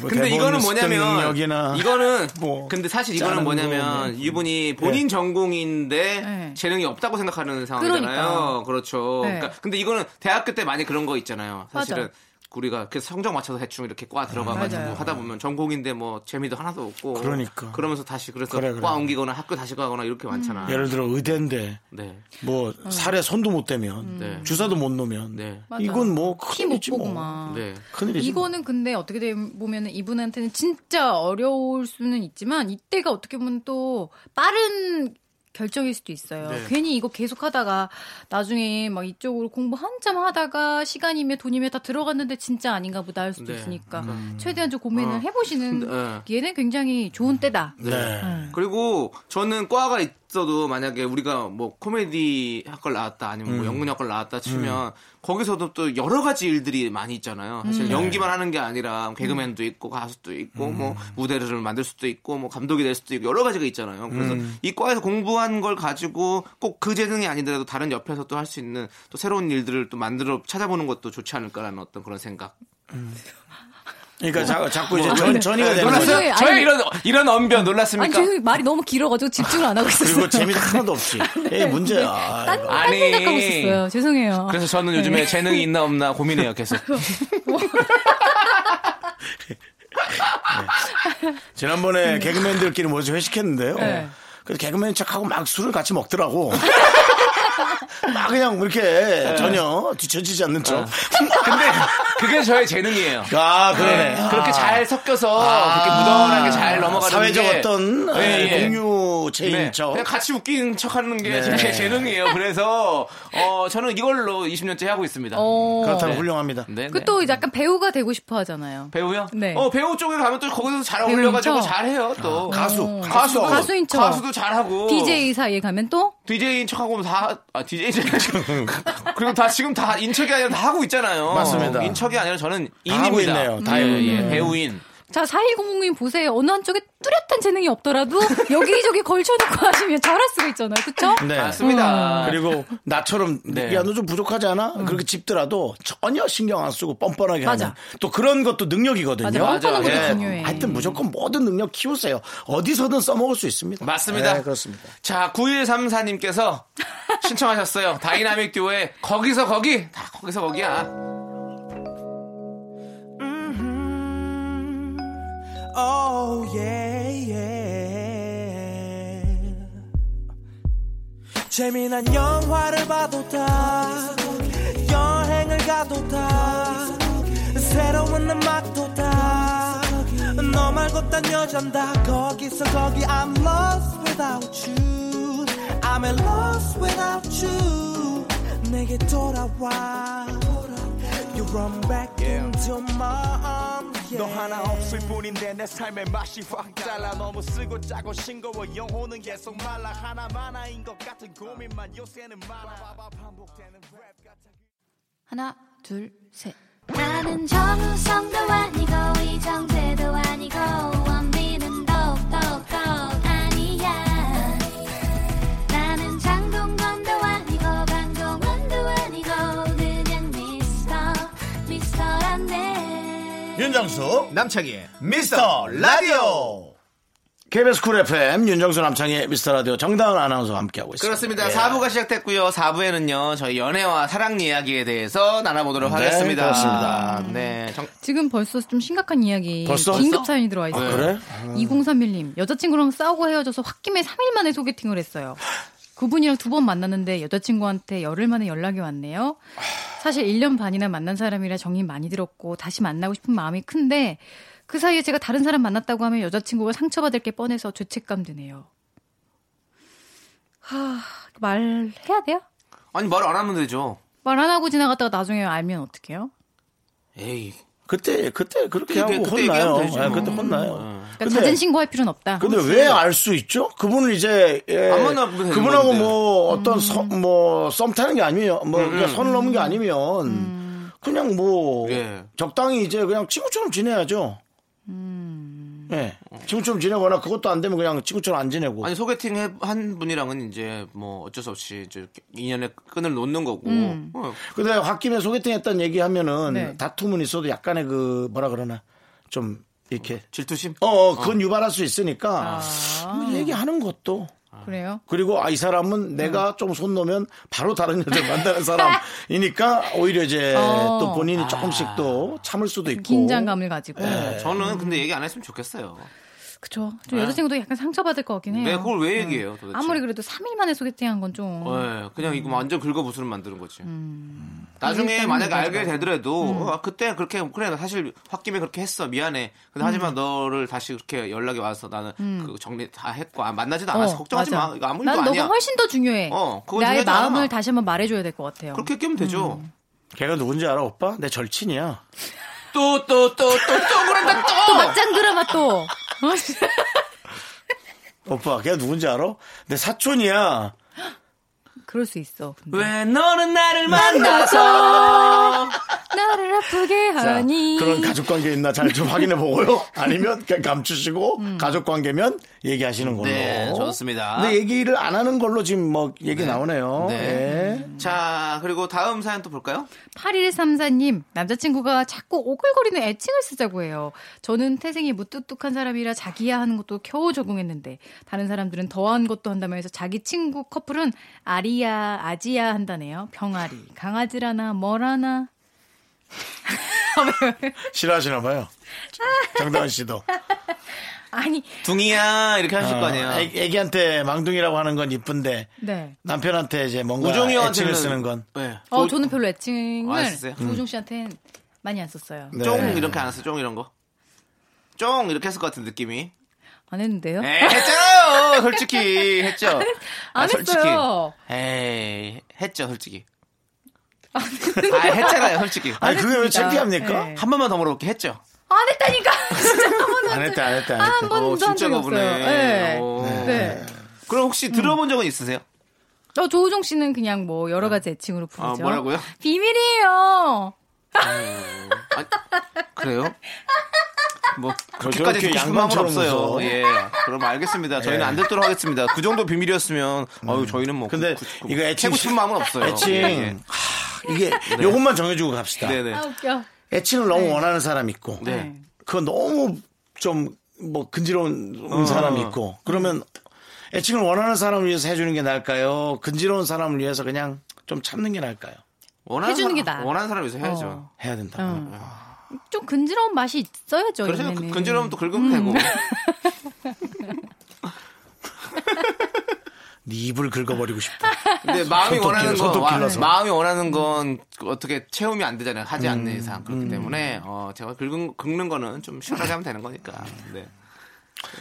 Speaker 1: 뭐
Speaker 2: 근데
Speaker 1: 대본
Speaker 2: 이거는 뭐냐면
Speaker 1: 습득력이나
Speaker 2: 이거는
Speaker 1: 뭐
Speaker 2: 근데 사실 이거는
Speaker 1: 짜는
Speaker 2: 뭐냐면
Speaker 1: 거, 음. 예.
Speaker 2: 이분이 본인 전공인데
Speaker 6: 네.
Speaker 2: 재능이 없다고 생각하는 상황이잖아요.
Speaker 6: 그러니까요.
Speaker 2: 그렇죠
Speaker 6: 네.
Speaker 2: 그러니까 근데 이거는 대학교 때 많이 그런 거 있잖아요. 사실은
Speaker 6: 맞아.
Speaker 2: 우리가 그래서 성적 맞춰서 대충 이렇게 과 들어가가지고
Speaker 6: 음, 맞아요.
Speaker 2: 하다 보면 전공인데 뭐 재미도 하나도 없고
Speaker 1: 그러니까.
Speaker 2: 그러면서 다시 그래서
Speaker 1: 그래, 음. 그래.
Speaker 2: 과 옮기거나 학교 다시 가거나 이렇게 많잖아.
Speaker 1: 예를 들어 의대인데
Speaker 2: 네.
Speaker 1: 뭐
Speaker 6: 음.
Speaker 1: 살에 손도 못 대면
Speaker 2: 네.
Speaker 1: 주사도 못 놓으면
Speaker 2: 네.
Speaker 6: 맞아.
Speaker 1: 이건 뭐
Speaker 6: 키못
Speaker 1: 큰일이지
Speaker 6: 보고
Speaker 1: 뭐.
Speaker 6: 막.
Speaker 2: 네.
Speaker 1: 큰일이지. 뭐.
Speaker 6: 이거는 근데 어떻게 되- 보면은 이분한테는 진짜 어려울 수는 있지만 이때가 어떻게 보면 또 빠른 결정일 수도 있어요.
Speaker 2: 네.
Speaker 6: 괜히 이거 계속 하다가 나중에 막 이쪽으로 공부 한참 하다가 시간이며 돈이며 다 들어갔는데 진짜 아닌가 보다 할 수도
Speaker 2: 네.
Speaker 6: 있으니까 최대한 좀 고민을
Speaker 2: 어.
Speaker 6: 해보시는
Speaker 2: 네. 음.
Speaker 6: 얘는 굉장히 좋은 때다.
Speaker 1: 네.
Speaker 6: 음.
Speaker 2: 그리고 저는 과가 있어도 만약에 우리가 뭐 코미디 학과를 나왔다 아니면 뭐 연극 학과를 나왔다 치면 거기서도 또 여러 가지 일들이 많이 있잖아요. 사실 연기만 하는 게 아니라 개그맨도 있고 가수도 있고 뭐 무대를 만들 수도 있고 뭐 감독이 될 수도 있고 여러 가지가 있잖아요. 그래서 이 과에서 공부한 걸 가지고 꼭 그 재능이 아니더라도 다른 옆에서 또 할 수 있는 또 새로운 일들을 또 만들어 찾아보는 것도 좋지 않을까라는 어떤 그런 생각.
Speaker 1: 그러니까 자, 자꾸
Speaker 6: 뭐.
Speaker 1: 이제 전, 전이가 되는
Speaker 6: 네, 놀랐어요?
Speaker 1: 거죠.
Speaker 6: 아니,
Speaker 2: 네, 저의
Speaker 6: 아니.
Speaker 2: 이런 이런 언변
Speaker 6: 아니
Speaker 2: 놀랐습니까?
Speaker 6: 지금 말이 너무 길어가지고 집중을 안 하고 있었어요.
Speaker 1: 그리고 재미도 하나도 없이. 예, 문제야.
Speaker 6: 네. 딴, 딴
Speaker 2: 아니.
Speaker 6: 생각하고 있었어요. 죄송해요.
Speaker 2: 그래서 저는 요즘에
Speaker 6: 네.
Speaker 2: 재능이 있나 없나 고민해요 계속.
Speaker 1: 지난번에 개그맨들끼리 모여서 회식했는데요.
Speaker 6: 네.
Speaker 1: 그래서 개그맨 척하고 막 술을 같이 먹더라고. 막 그냥 뭐 이렇게 전혀 뒤처지지 않는 척.
Speaker 2: 네. 근데 그게 저의 재능이에요.
Speaker 1: 아, 그러네. 아.
Speaker 2: 그렇게 잘 섞여서 그렇게 무던하게 잘 넘어가는
Speaker 1: 사회적
Speaker 2: 게
Speaker 1: 어떤
Speaker 2: 예, 예.
Speaker 1: 공유 체인
Speaker 2: 네,
Speaker 1: 척.
Speaker 2: 그냥 같이 웃긴 척하는 게
Speaker 1: 네.
Speaker 2: 제 재능이에요. 그래서 어, 저는 이걸로 20년째 하고 있습니다.
Speaker 6: 어.
Speaker 1: 그렇다면 훌륭합니다.
Speaker 2: 네, 네.
Speaker 6: 그또 약간 배우가 되고 싶어 하잖아요.
Speaker 2: 배우요?
Speaker 6: 네.
Speaker 2: 어 배우 쪽에 가면 또 거기서 잘
Speaker 6: 배우인
Speaker 2: 어울려가지고
Speaker 6: 척? 음.
Speaker 2: 잘해요 또.
Speaker 1: 아, 가수.
Speaker 2: 가수
Speaker 6: 가수인 척.
Speaker 2: 가수도 잘하고
Speaker 6: DJ 사이에 가면 또
Speaker 2: DJ인 척하고 다 아, DJ 그리고 다 지금 다 인척이 아니라 다 하고 있잖아요.
Speaker 1: 맞습니다.
Speaker 2: 인척이 아니라 저는
Speaker 1: 다 하고
Speaker 2: 인입니다.
Speaker 1: 있네요. 다
Speaker 2: 예,
Speaker 1: 하고
Speaker 2: 예,
Speaker 1: 있네요.
Speaker 2: 배우인.
Speaker 6: 자, 4100님 보세요. 어느 한쪽에 뚜렷한 재능이 없더라도 여기저기 걸쳐놓고 하시면 잘할 수가 있잖아요. 그쵸?
Speaker 1: 네.
Speaker 6: 아.
Speaker 2: 맞습니다.
Speaker 1: 그리고 나처럼
Speaker 2: 네.
Speaker 1: 야 너 좀 부족하지 않아? 그렇게 집더라도 전혀 신경 안 쓰고 뻔뻔하게
Speaker 6: 음. 맞아.
Speaker 1: 하는 또 그런 것도 능력이거든요. 예.
Speaker 6: 맞아, 뻔뻔한
Speaker 2: 것도
Speaker 6: 중요해.
Speaker 1: 하여튼 무조건 모든 능력 키우세요. 어디서든 써먹을 수 있습니다.
Speaker 2: 맞습니다.
Speaker 1: 예, 그렇습니다.
Speaker 2: 자, 9134님께서 신청하셨어요. 다이나믹 듀오의 거기서 거기. 다 거기서 거기야.
Speaker 8: Mm-hmm. Oh yeah, yeah. 재미난 영화를 봐도 다 여행을 가도 다 새로운 음악도 다 너 말고 딴 여잔 다 거기서 거기 I'm lost without you I'm at lost without you 내게 돌아와 You run back into my arms yeah.
Speaker 10: 너 하나 없을 뿐인데 내 삶의 맛이 확 달라 너무 쓰고 짜고 싱거워 영혼은 계속 말라 하나만 아인 것 같은 고민만 요새는 많아 반복되는 랩 같아
Speaker 6: 하나, 둘, 셋.
Speaker 3: 나는 정우성도 아니고 이정재도 아니고 원빈은 더욱더 아니야 나는 장동건도 아니고 강동원도 아니고 그냥 미스터 미스터란데
Speaker 1: 윤정수 남창희 미스터 라디오 KBS 쿨 FM 윤정수 남창의 미스터 라디오 정다은 아나운서와 함께하고 있습니다.
Speaker 2: 그렇습니다.
Speaker 1: 예.
Speaker 2: 사 4부가 시작됐고요. 4부에는요. 저희 연애와 사랑 이야기에 대해서 나눠보도록
Speaker 1: 네,
Speaker 2: 하겠습니다.
Speaker 1: 그렇습니다.
Speaker 2: 네. 정-
Speaker 6: 지금 벌써 좀 심각한 이야기
Speaker 2: 벌써?
Speaker 6: 긴급
Speaker 2: 벌써?
Speaker 6: 사연이 들어와 있어요.
Speaker 2: 아, 그래?
Speaker 6: 2031님 여자친구랑 싸우고 헤어져서 홧김에 3일 만에 소개팅을 했어요. 그분이랑 두 번 만났는데 여자친구한테 열흘 만에 연락이 왔네요. 사실 1년 반이나 만난 사람이라 정이 많이 들었고 다시 만나고 싶은 마음이 큰데 그 사이에 제가 다른 사람 만났다고 하면 여자친구가 상처받을 게 뻔해서 죄책감 드네요. 하, 말해야 돼요?
Speaker 2: 아니, 말 안 하면 되죠.
Speaker 6: 말 안 하고 지나갔다가 나중에 알면 어떡해요?
Speaker 2: 에이.
Speaker 1: 그때 그때 그렇게
Speaker 2: 그때,
Speaker 1: 하고
Speaker 2: 그때
Speaker 1: 혼나요.
Speaker 2: 얘기하면 뭐. 되죠.
Speaker 1: 예, 그때 혼나요.
Speaker 6: 그러니까 자진 신고할 필요는 없다.
Speaker 1: 근데 왜 알 수 있죠? 그분은 이제 예,
Speaker 2: 안 만나면 되는
Speaker 1: 그분하고
Speaker 2: 건데.
Speaker 1: 뭐 어떤 서- 뭐 썸타는 게 아니면 뭐 그러니까
Speaker 2: 음.
Speaker 1: 선을 넘은 게 아니면 그냥 뭐
Speaker 2: 예.
Speaker 1: 적당히 이제 그냥 친구처럼 지내야죠. 예, 친구처럼 지내거나 그것도 안 되면 그냥 친구처럼 안 지내고.
Speaker 6: 뭐.
Speaker 2: 아니, 소개팅 해- 한 분이랑은 이제 뭐 어쩔 수 없이 이제 인연의 끈을 놓는 거고.
Speaker 1: 음.
Speaker 2: 어,
Speaker 1: 근데 홧김에 소개팅했다는 얘기하면은
Speaker 2: 네.
Speaker 1: 다툼은 있어도 약간의 그 뭐라 그러나 좀 이렇게
Speaker 2: 질투심?
Speaker 1: 어, 어, 그건 유발할 수 있으니까 뭐 얘기하는 것도
Speaker 6: 그래요?
Speaker 1: 그리고 아 이 사람은 내가
Speaker 6: 음.
Speaker 1: 좀 손 놓으면 바로 다른 여자 만나는 사람이니까 오히려 이제
Speaker 6: 어.
Speaker 1: 또 본인이 조금씩 또 참을 수도 있고
Speaker 6: 긴장감을 가지고.
Speaker 1: 예.
Speaker 2: 네, 저는 근데 얘기 안 했으면 좋겠어요.
Speaker 6: 그쵸. 좀
Speaker 2: 네.
Speaker 6: 여자친구도 약간 상처받을 것 같긴 해요.
Speaker 2: 네, 그걸 왜 얘기해요, 도대체?
Speaker 6: 음. 아무리 그래도 3일 만에 소개팅한 건 좀.
Speaker 2: 예, 그냥 이거 완전 긁어부수는 만드는 거지. 나중에
Speaker 6: 음. 일단은 음.
Speaker 2: 만약에
Speaker 6: 가져가.
Speaker 2: 알게 되더라도 어, 아, 그때 그렇게 그래 사실 홧김에 그렇게 했어 미안해. 근데 하지만 너를 다시 그렇게 연락이 와서 나는
Speaker 6: 음.
Speaker 2: 그 정리 다 했고 아, 만나지도 않았어 걱정하지
Speaker 6: 맞아.
Speaker 2: 마. 이거 아무 일도
Speaker 6: 난
Speaker 2: 아니야.
Speaker 6: 너가 훨씬 더 중요해.
Speaker 2: 어, 그건
Speaker 6: 나의
Speaker 2: 중요하지 않아.
Speaker 6: 마음을 다시 한번 말해줘야 될 것 같아요.
Speaker 2: 그렇게 끼면 되죠.
Speaker 6: 음.
Speaker 1: 걔가 누군지 알아 오빠? 내 절친이야
Speaker 2: 또 또 또 또 또 그런다 또.
Speaker 6: 또 막장 드라마 또. 어, 진짜.
Speaker 1: 오빠 걔가 누군지 알아? 내 사촌이야
Speaker 6: 그럴 수 있어. 근데.
Speaker 2: 왜 너는 나를
Speaker 6: 만나서 나를 아프게 하니.
Speaker 1: 그런 가족 관계 있나 잘 좀 확인해 보고요. 아니면 그냥 감추시고
Speaker 6: 음.
Speaker 1: 가족 관계면 얘기하시는 걸로.
Speaker 2: 네, 좋습니다.
Speaker 1: 근데 얘기를 안 하는 걸로 지금 뭐 얘기 나오네요.
Speaker 2: 네.
Speaker 1: 네.
Speaker 2: 자 그리고 다음 사연 또 볼까요?
Speaker 6: 8134님, 남자친구가 자꾸 오글거리는 애칭을 쓰자고 해요. 저는 태생이 무뚝뚝한 사람이라 자기야 하는 것도 겨우 적응했는데, 다른 사람들은 더한 것도 한다면서 자기 친구 커플은 아리야, 아지야 한다네요. 병아리, 강아지라나, 뭐라나.
Speaker 1: 싫어하시나 봐요.
Speaker 6: 아.
Speaker 1: 정다은 씨도.
Speaker 6: 아니,
Speaker 2: 둥이야 이렇게 하실 거 아니에요.
Speaker 1: 아, 애- 애기한테 망둥이라고 하는 건 이쁜데
Speaker 6: 네.
Speaker 1: 남편한테 이제 뭔가
Speaker 2: 우종이 형한테는-
Speaker 1: 애칭을 쓰는 건.
Speaker 2: 네.
Speaker 6: 어, 저는 별로 애칭을
Speaker 2: 아, 쓰세요?
Speaker 6: 조우종 씨한테 많이 안 썼어요.
Speaker 1: 네.
Speaker 2: 쫑 이렇게 안 했어 쫑 이런 거. 쫑 이렇게 했을 것 같은 느낌이.
Speaker 6: 안 했는데요?
Speaker 2: 에이, 했잖아요. 솔직히 했죠.
Speaker 6: 네? 안
Speaker 2: 아, 솔직히.
Speaker 6: 했어요.
Speaker 2: 에이, 했죠, 솔직히. 아, 했잖아요, 솔직히.
Speaker 1: 아니, 그게 왜 창피합니까?
Speaker 2: 한 번만 더 물어볼게 했죠.
Speaker 6: 아, 안 했다니까! 진짜 한 번도
Speaker 1: 안 했다, 안 했다, 안 했다.
Speaker 6: 아, 한 번도 한 적이
Speaker 2: 진짜
Speaker 6: 없어요.
Speaker 2: 거부네.
Speaker 6: 네.
Speaker 2: 오.
Speaker 6: 네. 음.
Speaker 2: 그럼 혹시 들어본 적은 있으세요?
Speaker 6: 어, 조우종 씨는 그냥 뭐 여러 가지 애칭으로
Speaker 2: 아,
Speaker 6: 부르죠.
Speaker 2: 뭐라고요?
Speaker 6: 비밀이에요.
Speaker 2: 그래요? 뭐
Speaker 1: 저렇게
Speaker 2: 그렇게까지 양반은
Speaker 1: 양반처럼
Speaker 2: 없어요.
Speaker 1: 웃어.
Speaker 2: 예, 그럼 알겠습니다. 저희는
Speaker 1: 예. 음.
Speaker 2: 안 듣도록 하겠습니다. 그 정도 비밀이었으면, 어유 저희는 뭐
Speaker 1: 근데
Speaker 2: 구- 구-
Speaker 1: 이거 애칭
Speaker 2: 캐고 싶은 마음은 없어요.
Speaker 1: 애칭.
Speaker 2: 예, 예.
Speaker 1: 하, 이게 요것만 정해주고 갑시다.
Speaker 2: 네네.
Speaker 6: 아, 웃겨.
Speaker 1: 애칭을 너무 원하는 사람 있고
Speaker 2: 네.
Speaker 1: 그건 너무 좀 뭐 근지러운
Speaker 2: 어.
Speaker 1: 사람이 있고 그러면 애칭을 원하는 사람을 위해서 해주는 게 나을까요? 근지러운 사람을 위해서 그냥 좀 참는 게 나을까요?
Speaker 2: 원하는
Speaker 6: 해주는 게
Speaker 2: 사람-
Speaker 6: 나아. 어.
Speaker 2: 원하는 사람 위해서 해야죠.
Speaker 1: 해야 어. 된다.
Speaker 6: 좀 근지러운 맛이 있어야죠.
Speaker 2: 그렇죠.
Speaker 6: 연애는.
Speaker 2: 근지러우면 또 긁으면
Speaker 6: 음.
Speaker 2: 되고.
Speaker 1: 네 입을 긁어버리고 싶다.
Speaker 2: 근데 마음이
Speaker 1: 손톱
Speaker 2: 원하는
Speaker 1: 길-
Speaker 2: 건
Speaker 1: 손톱
Speaker 2: 와-
Speaker 1: 길러서.
Speaker 2: 마음이 원하는 건 어떻게 채움이 안 되잖아요. 하지 않는
Speaker 1: 음.
Speaker 2: 이상 그렇기 때문에 어 제가 긁은, 긁는 거는 좀 시원하게 하면 되는 거니까. 네.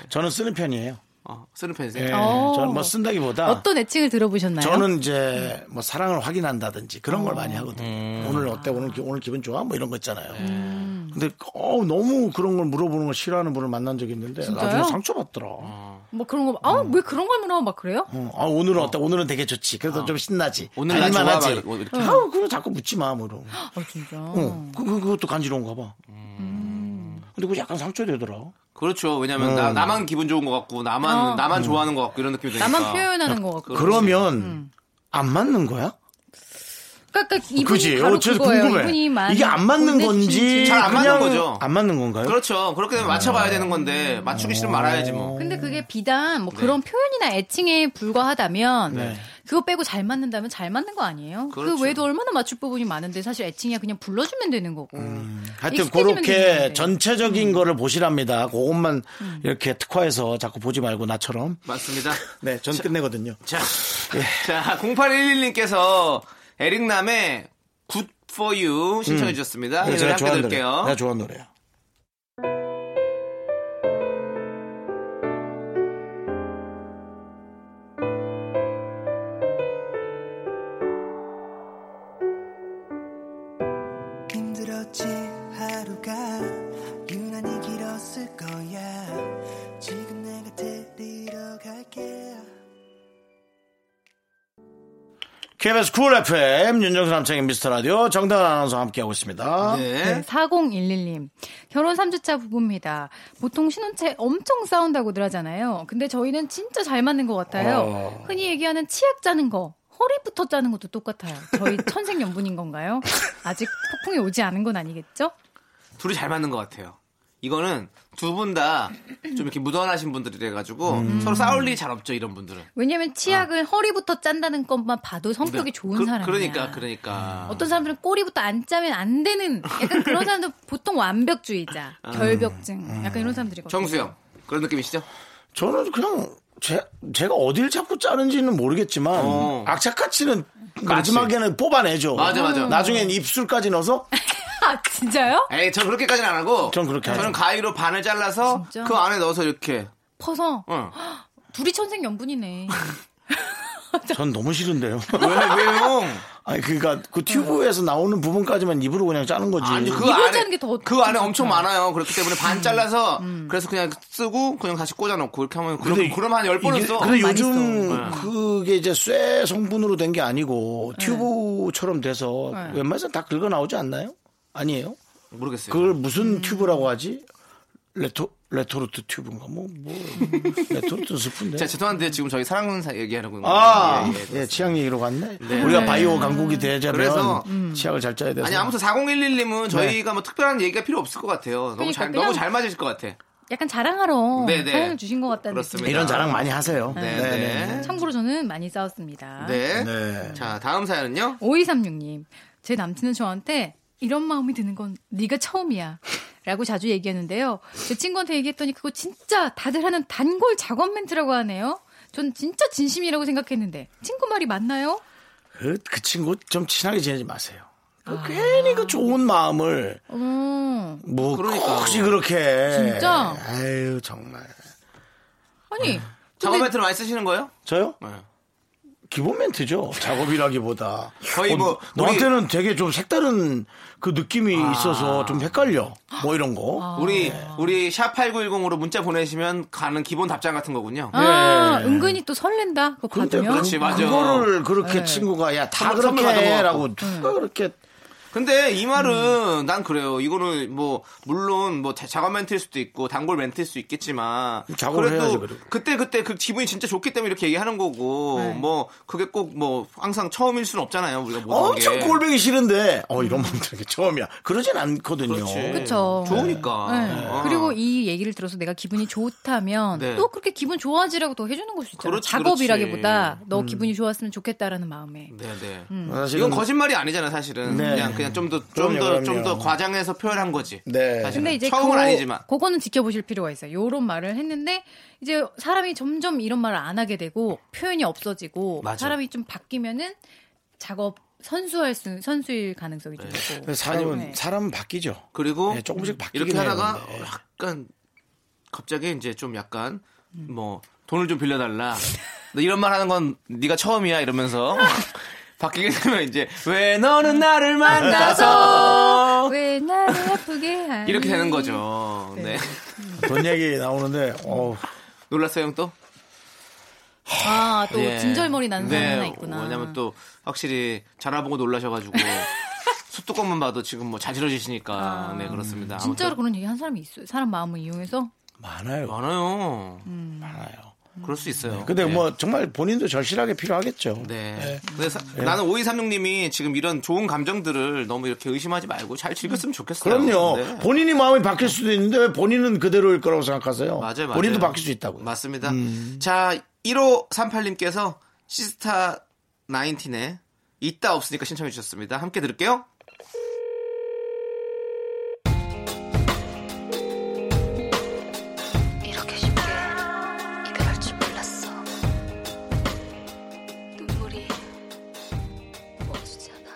Speaker 1: 저는 쓰는 편이에요.
Speaker 2: 어, 쓰는 편이세요?
Speaker 1: 예,
Speaker 6: 오.
Speaker 1: 저는 뭐 쓴다기보다
Speaker 6: 어떤 애칭을 들어보셨나요?
Speaker 1: 저는 이제 뭐 사랑을 확인한다든지 그런 걸 많이 하거든요. 오늘 어때? 오늘 기- 오늘 기분 좋아? 뭐 이런 거 있잖아요. 근데 어, 너무 그런 걸 물어보는 걸 싫어하는 분을 만난 적이 있는데
Speaker 6: 진짜요?
Speaker 1: 나중에 상처받더라.
Speaker 6: 뭐 그런 거, 아, 왜 그런 걸 물어? 막 그래요?
Speaker 1: 어, 아, 오늘은 어때? 오늘은 되게 좋지. 그래서 좀 신나지.
Speaker 2: 오늘 나 좋아,
Speaker 1: 달만하지.
Speaker 2: 막 이렇게.
Speaker 1: 아우, 그거 자꾸 묻지 마, 뭐. 이러고.
Speaker 6: 아, 진짜.
Speaker 1: 어, 그, 그, 그것도 간지러운가 봐. 근데 그거 약간 상처되더라.
Speaker 2: 그렇죠. 왜냐면
Speaker 1: 네.
Speaker 2: 나, 나만 기분 좋은 것 같고 나만
Speaker 6: 어.
Speaker 2: 나만 좋아하는 것 같고 이런 느낌이 드니까.
Speaker 6: 나만 표현하는 것 같고.
Speaker 1: 그러면 안 맞는 거야?
Speaker 6: 그러니까 이분이
Speaker 1: 그지?
Speaker 6: 바로
Speaker 1: 어, 저
Speaker 6: 그거예요.
Speaker 1: 궁금해.
Speaker 6: 이분이
Speaker 1: 이게 안 맞는 건지
Speaker 2: 잘안 맞는
Speaker 1: 그냥
Speaker 2: 거죠.
Speaker 1: 안 맞는 건가요?
Speaker 2: 그렇죠. 그렇게 되면 맞춰봐야 되는 건데 맞추기 싫으면 말아야지 뭐.
Speaker 6: 근데 그게 비단
Speaker 1: 네.
Speaker 6: 뭐 그런 표현이나 애칭에 불과하다면
Speaker 2: 네.
Speaker 6: 그거 빼고 잘 맞는다면 잘 맞는 거 아니에요? 그
Speaker 2: 그렇죠.
Speaker 6: 외에도 얼마나 맞출 부분이 많은데 사실 애칭이야 그냥 불러주면 되는 거고.
Speaker 1: 음. 하여튼
Speaker 6: 익숙해지면 음. 되는
Speaker 1: 그렇게
Speaker 6: 건데.
Speaker 1: 전체적인 거를 보시랍니다. 그것만
Speaker 6: 음.
Speaker 1: 이렇게 특화해서 자꾸 보지 말고 나처럼.
Speaker 2: 맞습니다.
Speaker 1: 네, 전 끝내거든요.
Speaker 2: 자,
Speaker 1: 예.
Speaker 2: 자, 0811님께서 에릭남의 Good for You 신청해
Speaker 1: 음.
Speaker 2: 주셨습니다.
Speaker 1: 그래,
Speaker 2: 이
Speaker 1: 제가
Speaker 2: 노래 함께
Speaker 1: 좋아하는 노래.
Speaker 2: 들을게요.
Speaker 1: 내가 좋아하는 노래야.
Speaker 8: 힘들었지 하루가 유난히 길었을 거야 지금 내가 데리러 갈게
Speaker 1: KBS 쿨 FM 윤정수 남창의 미스터 라디오 정단 아나운서 함께하고 있습니다.
Speaker 6: 네, 4011님. 결혼 3주차 부부입니다. 보통 신혼채 엄청 싸운다고들 하잖아요. 근데 저희는 진짜 잘 맞는 것 같아요.
Speaker 1: 어.
Speaker 6: 흔히 얘기하는 치약 짜는 거. 허리부터 짜는 것도 똑같아요. 저희 천생연분인 건가요? 아직 폭풍이 오지 않은 건 아니겠죠?
Speaker 2: 둘이 잘 맞는 것 같아요. 이거는 두 분 다 좀 이렇게 무던하신 분들이 돼가지고
Speaker 1: 음.
Speaker 2: 서로 싸울 일이 잘 없죠 이런 분들은.
Speaker 6: 왜냐면 치약을 허리부터 짠다는 것만 봐도 성격이 좋은
Speaker 2: 아. 그,
Speaker 6: 사람이야.
Speaker 2: 그러니까 그러니까.
Speaker 6: 어떤 사람들은 꼬리부터 안 짜면 안 되는 약간 그런 사람들 보통 완벽주의자,
Speaker 2: 아.
Speaker 6: 결벽증 약간 이런 사람들이거든요.
Speaker 2: 정수영 그런 느낌이시죠?
Speaker 1: 저는 그냥 제, 제가 어딜 자꾸 짜는지는 모르겠지만
Speaker 2: 어.
Speaker 1: 악착같이는 마지막에는 뽑아내죠. 음.
Speaker 2: 맞아, 맞아.
Speaker 1: 나중엔 입술까지 넣어서
Speaker 6: 아 진짜요?
Speaker 2: 에이 저 그렇게까지는 안 하고.
Speaker 1: 전 그렇게
Speaker 2: 저는
Speaker 1: 하죠.
Speaker 2: 가위로 반을 잘라서
Speaker 6: 진짜?
Speaker 2: 그 안에 넣어서 이렇게. 어.
Speaker 6: 퍼서
Speaker 2: 응.
Speaker 6: 둘이 천생연분이네.
Speaker 1: 전 너무 싫은데요.
Speaker 2: 왜 왜요?
Speaker 1: 아니 그러니까 그 튜브에서 나오는 부분까지만 입으로 그냥 짜는 거지.
Speaker 2: 아니 그
Speaker 6: 이불
Speaker 2: 안에
Speaker 6: 짜는 게더 음.
Speaker 2: 그 안에 엄청 많아요. 그렇기 때문에 반 잘라서 그래서 그냥 쓰고 그냥 다시 꽂아놓고 이렇게 하면 그럼
Speaker 1: 근데
Speaker 2: 그럼 한 열 번은
Speaker 1: 이게-
Speaker 2: 써.
Speaker 1: 근데
Speaker 6: 많이
Speaker 2: 네.
Speaker 1: 요즘 그게 이제 쇠 성분으로 된 게 아니고 튜브처럼 돼서 웬만해서 다 긁어 나오지 않나요? 아니에요?
Speaker 2: 네. 모르겠어요.
Speaker 1: 그걸 무슨 튜브라고 하지? 레토 레토르트 튜브인가 뭐, 뭐 레토르트 스프인데.
Speaker 2: 자 죄송한데 지금 저희 사랑사 얘기하는 건가요?
Speaker 1: 아,
Speaker 2: 예, 예.
Speaker 1: 예, 치약 얘기로 갔네. 우리가 바이오 강국이 되자면
Speaker 2: 그래서,
Speaker 1: 치약을 잘 짜야 돼서.
Speaker 2: 아니 아무튼
Speaker 1: 네.
Speaker 2: 4011님은 저희가 뭐 특별한 얘기가 필요 없을 것 같아요. 너무
Speaker 6: 그러니까
Speaker 2: 잘
Speaker 6: 그냥-
Speaker 2: 너무 잘 맞으실 것 같아.
Speaker 6: 약간 자랑하러
Speaker 2: 네, 네.
Speaker 6: 사연을 주신 것 같다는
Speaker 2: 그렇습니다.
Speaker 1: 이런 자랑 많이 하세요.
Speaker 2: 네,
Speaker 6: 느낌.
Speaker 2: 네.
Speaker 6: 참고로 저는 많이 싸웠습니다.
Speaker 2: 네.
Speaker 1: 네.
Speaker 2: 자 다음 사연은요.
Speaker 6: 5236님. 제 남친은 저한테 이런 마음이 드는 건 네가 처음이야. 라고 자주 얘기했는데요. 제 친구한테 얘기했더니 그거 진짜 다들 하는 단골 작업 멘트라고 하네요. 전 진짜 진심이라고 생각했는데 친구 말이 맞나요?
Speaker 1: 그, 그 친구 좀 친하게 지내지 마세요. 그 괜히 그 좋은 마음을
Speaker 6: 어.
Speaker 1: 뭐
Speaker 2: 그러니까.
Speaker 1: 굳이 그렇게
Speaker 6: 진짜?
Speaker 1: 아유 정말
Speaker 2: 네.
Speaker 6: 아니.
Speaker 2: 작업
Speaker 6: 근데
Speaker 2: 멘트를 많이 쓰시는 거예요?
Speaker 1: 저요?
Speaker 2: 네.
Speaker 1: 기본 멘트죠. 작업이라기보다 어,
Speaker 2: 거의 뭐 아.
Speaker 1: 너한테는 되게 좀 색다른 그 느낌이 있어서 좀 헷갈려. 뭐 이런 거.
Speaker 6: 아,
Speaker 2: 우리 우리 샵 8910으로 문자 보내시면 가는 기본 답장 같은 거군요.
Speaker 6: 아,
Speaker 1: 네.
Speaker 6: 은근히 또 설렌다. 그거
Speaker 1: 근데
Speaker 6: 받으면.
Speaker 2: 그렇지, 맞아.
Speaker 1: 그거를
Speaker 6: 네.
Speaker 1: 그렇게 친구가 야 다
Speaker 2: 선물, 선물
Speaker 1: 그렇게
Speaker 2: 받은 거
Speaker 1: 해라고 누가 그렇게
Speaker 2: 근데 이 말은 난 그래요. 이거는 뭐 물론 뭐 자- 작업 멘트일 수도 있고 단골 멘트일 수 있겠지만
Speaker 1: 작업을 해야지,
Speaker 2: 그래도
Speaker 1: 그래도.
Speaker 2: 그때 그때 그 기분이 진짜 좋기 때문에 이렇게 얘기하는 거고
Speaker 6: 네.
Speaker 2: 뭐 그게 꼭 뭐 항상 처음일 수는 없잖아요. 우리가 모든 게.
Speaker 1: 엄청 꼴보기 싫은데 어 이런 마음 드는 게 처음이야. 그러진 않거든요.
Speaker 2: 그렇지.
Speaker 6: 그쵸.
Speaker 2: 어. 좋으니까.
Speaker 6: 네.
Speaker 2: 아.
Speaker 6: 그리고 이 얘기를 들어서 내가 기분이 좋다면
Speaker 2: 네.
Speaker 6: 또 그렇게 기분 좋아지라고 더 해주는 걸 수 있잖아.
Speaker 2: 그렇지,
Speaker 6: 작업이라기보다
Speaker 2: 그렇지. 음.
Speaker 6: 너 기분이 좋았으면 좋겠다라는 마음에.
Speaker 2: 네네.
Speaker 1: 사실은
Speaker 2: 이건 거짓말이 아니잖아 사실은.
Speaker 1: 네.
Speaker 2: 그냥 그냥 좀 더 좀 더 좀
Speaker 1: 그럼요,
Speaker 2: 더
Speaker 1: 그럼요.
Speaker 2: 과장해서 표현한 거지.
Speaker 1: 네.
Speaker 2: 사실은.
Speaker 6: 근데 이제
Speaker 2: 처음은
Speaker 6: 그거,
Speaker 2: 아니지만.
Speaker 6: 그거는 지켜보실 필요가 있어요. 요런 말을 했는데 이제 사람이 점점 이런 말을 안 하게 되고 표현이 없어지고
Speaker 2: 맞아.
Speaker 6: 사람이 좀 바뀌면은 작업 선수할 수 선수일 가능성이 좀 있고.
Speaker 1: 사람은
Speaker 6: 네.
Speaker 1: 사람은 바뀌죠.
Speaker 2: 그리고
Speaker 1: 네, 조금씩 바뀌긴
Speaker 2: 이렇게 하다가
Speaker 1: 해요, 네. 근데.
Speaker 2: 약간 갑자기 이제 좀 약간 뭐 돈을 좀 빌려달라. 너 이런 말 하는 건 네가 처음이야 이러면서 바뀌게 되면 이제 왜 너는 나를 만나서
Speaker 6: 왜 나를 아프게 하니?
Speaker 2: 이렇게 되는 거죠. 네.
Speaker 1: 돈 얘기 나오는데 어
Speaker 2: 놀랐어요 형 또?
Speaker 6: 아, 또
Speaker 2: 예.
Speaker 6: 진절머리 나는 사람
Speaker 2: 네,
Speaker 6: 하나 있구나.
Speaker 2: 왜냐면 또 확실히 자라보고 놀라셔가지고 숲뚜껑만 봐도 지금 뭐 자지러지시니까 네 그렇습니다.
Speaker 6: 진짜로 그런 얘기 한 사람이 있어요. 사람 마음을 이용해서
Speaker 1: 많아요.
Speaker 2: 아무튼 많아요.
Speaker 1: 많아요.
Speaker 2: 그럴 수 있어요.
Speaker 1: 근데
Speaker 2: 네.
Speaker 1: 뭐 정말 본인도 절실하게 필요하겠죠.
Speaker 2: 네. 근데 사- 나는 5236님이 지금 이런 좋은 감정들을 너무 이렇게 의심하지 말고 잘 즐겼으면 좋겠어요.
Speaker 1: 그럼요.
Speaker 2: 네.
Speaker 1: 본인이 마음이 바뀔 수도 있는데 왜 본인은 그대로일 거라고 생각하세요?
Speaker 2: 맞아요, 맞아요.
Speaker 1: 본인도 바뀔 수 있다고요.
Speaker 2: 맞습니다. 자, 1538님께서 시스타 19의 있다 없으니까 신청해 주셨습니다. 함께 들을게요.
Speaker 11: 이렇게 쉽게 이별할 줄 몰랐어. 눈물이 멈추잖아.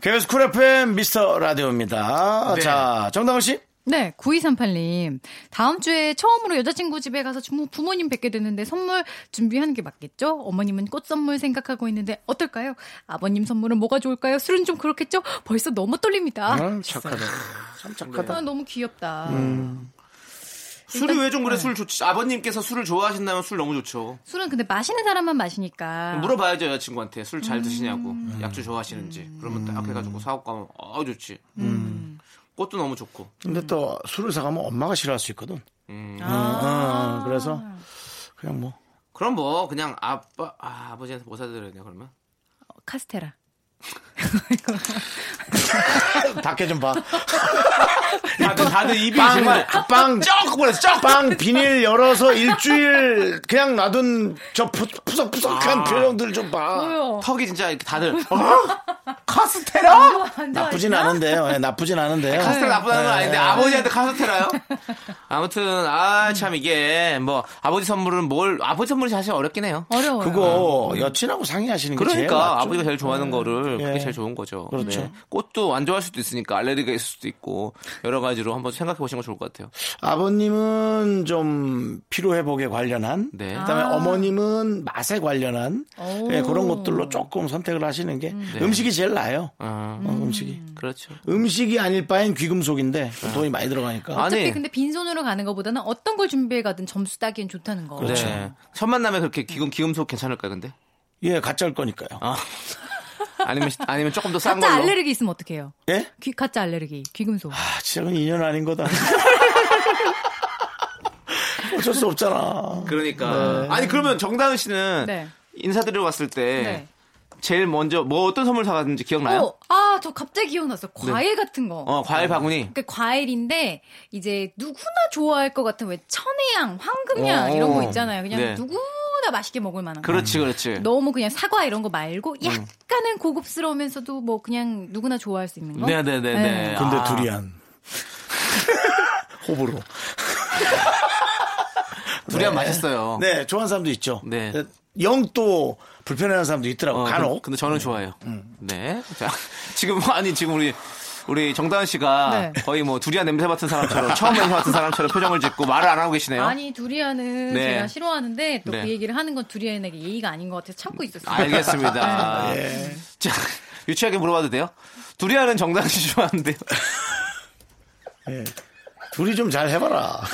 Speaker 1: KBS 쿨 FM 미스터 라디오입니다.
Speaker 6: 네.
Speaker 1: 자, 정다은 씨.
Speaker 6: 네, 9238님. 다음 주에 처음으로 여자친구 집에 가서 주모- 부모님 뵙게 되는데 선물 준비하는 게 맞겠죠? 어머님은 꽃 선물 생각하고 있는데 어떨까요? 아버님 선물은 뭐가 좋을까요? 술은 좀 그렇겠죠? 벌써 너무 떨립니다.
Speaker 1: 아, 착하다. 참
Speaker 2: 네.
Speaker 6: 아, 너무 귀엽다.
Speaker 1: 음.
Speaker 2: 술이 왜 좀 그래 술 좋지? 아버님께서 술을 좋아하신다면 술 너무 좋죠.
Speaker 6: 술은 근데 마시는 사람만 마시니까.
Speaker 2: 물어봐야죠 여자친구한테 술 잘 드시냐고 약주 좋아하시는지 그러면 딱 해가지고 사고 가면 아 좋지 꽃도 너무 좋고
Speaker 1: 근데 또 술을 사가면 엄마가 싫어할 수 있거든. 음, 어, 그래서 그냥 뭐
Speaker 2: 그럼 뭐 그냥 아빠 아, 아버지한테 뭐 사드려야 돼 그러면
Speaker 6: 카스테라.
Speaker 1: 밖에 좀 봐.
Speaker 2: 다들, 다들 입이
Speaker 1: 빵,
Speaker 2: 정말
Speaker 1: 빵, 쩍! 보냈어, 쩍! 빵 비닐 열어서 일주일 그냥 놔둔 저 푸- 푸석푸석한
Speaker 2: 아.
Speaker 1: 표정들 좀 봐.
Speaker 2: 턱이 진짜 이렇게 다들
Speaker 1: 어?
Speaker 2: 어,
Speaker 1: 카스테라? 아! 나쁘진 않은데요. 예, 나쁘진 않은데요.
Speaker 2: 카스테라 나쁘다는 건
Speaker 1: 예.
Speaker 2: 아닌데 아버지한테 카스테라요? 아무튼 아 참 이게 뭐 아버지 선물은 뭘 아버지 선물이 사실 어렵긴 해요
Speaker 6: 어려워요
Speaker 1: 그거 여친하고 상의하시는 게 제일
Speaker 2: 그러니까
Speaker 1: 낫죠.
Speaker 2: 아버지가 제일 좋아하는 거를
Speaker 1: 예.
Speaker 2: 그게 제일 좋은 거죠. 네.
Speaker 1: 그렇죠.
Speaker 2: 꽃도 안 좋아할 수도 있으니까 알레르기가 있을 수도 있고 여러 가지로 한번 생각해 보시는 거 좋을 것 같아요.
Speaker 1: 아버님은 좀 피로 회복에 관련한, 그다음에
Speaker 2: 아.
Speaker 1: 어머님은 맛에 관련한
Speaker 2: 오.
Speaker 1: 예, 그런 것들로 조금 선택을 하시는 게
Speaker 2: 네.
Speaker 1: 음. 식이 제일 나아요.
Speaker 2: 아,
Speaker 1: 어, 음식이
Speaker 2: 그렇죠.
Speaker 1: 음식이 아닐 바엔 귀금속인데
Speaker 2: 아.
Speaker 1: 돈이 많이 들어가니까.
Speaker 6: 어차피 근데 빈손으로 가는 것보다는 어떤 걸 준비해 가든 점수 따기엔 좋다는 거.
Speaker 2: 네. 첫 만남에 그렇게 기금 기금속 괜찮을까요, 근데?
Speaker 1: 예, 가짜일 거니까요.
Speaker 2: 아. 아니면 아니면 조금 더 싼
Speaker 6: 가짜
Speaker 2: 걸로.
Speaker 6: 알레르기 있으면 어떡해요?
Speaker 1: 예?
Speaker 6: 귀 가짜 알레르기. 귀금속.
Speaker 1: 아, 진짜 그건 인연 아닌 거다. 어쩔 수 없잖아.
Speaker 2: 그러니까.
Speaker 1: 네.
Speaker 2: 아니 그러면 정다은 씨는
Speaker 6: 네.
Speaker 2: 인사드리러 왔을 때
Speaker 6: 네.
Speaker 2: 제일 먼저 뭐 어떤 선물 사갔는지 기억나요? 네.
Speaker 6: 어, 아, 저 갑자기 기억났어. 과일 같은 거.
Speaker 1: 네.
Speaker 2: 어, 과일 바구니.
Speaker 6: 그 과일인데 이제 누구나 좋아할 것 같은 왜 천혜향, 황금향 이런 거
Speaker 2: 어.
Speaker 6: 있잖아요. 그냥
Speaker 2: 네.
Speaker 6: 누구나 맛있게 먹을 만한.
Speaker 1: 음.
Speaker 6: 거.
Speaker 2: 그렇지, 음. 그렇지.
Speaker 6: 너무 그냥 사과 이런 거 말고 약간은 고급스러우면서도 뭐 그냥 누구나 좋아할 수 있는 거.
Speaker 2: 네, 네, 네, 네.
Speaker 1: 근데
Speaker 2: 아.
Speaker 1: 두리안. 호불호.
Speaker 2: 두리안 맛있어요.
Speaker 1: 네, 좋아하는 사람도 있죠.
Speaker 2: 네.
Speaker 1: 영 또 불편해하는 사람도 있더라고.
Speaker 2: 어,
Speaker 1: 간혹.
Speaker 2: 근-
Speaker 1: 음.
Speaker 2: 근데 저는 좋아해요. 네. 자, 지금 아니 지금 우리 우리 정다은 씨가
Speaker 6: 네.
Speaker 2: 거의 뭐 두리안 냄새 맡은 사람처럼 처음 냄새 맡은 사람처럼 표정을 짓고 말을 안 하고 계시네요.
Speaker 6: 아니 두리안은
Speaker 2: 네.
Speaker 6: 제가 싫어하는데 또 그
Speaker 2: 네.
Speaker 6: 얘기를 하는 건 두리안에게 예의가 아닌 것 같아서 참고 있었어요.
Speaker 2: 알겠습니다.
Speaker 6: 네.
Speaker 2: 자, 유치하게 물어봐도 돼요? 두리안은 정다은 씨 좋아하는데요.
Speaker 1: 예. 둘이 좀 잘 해봐라.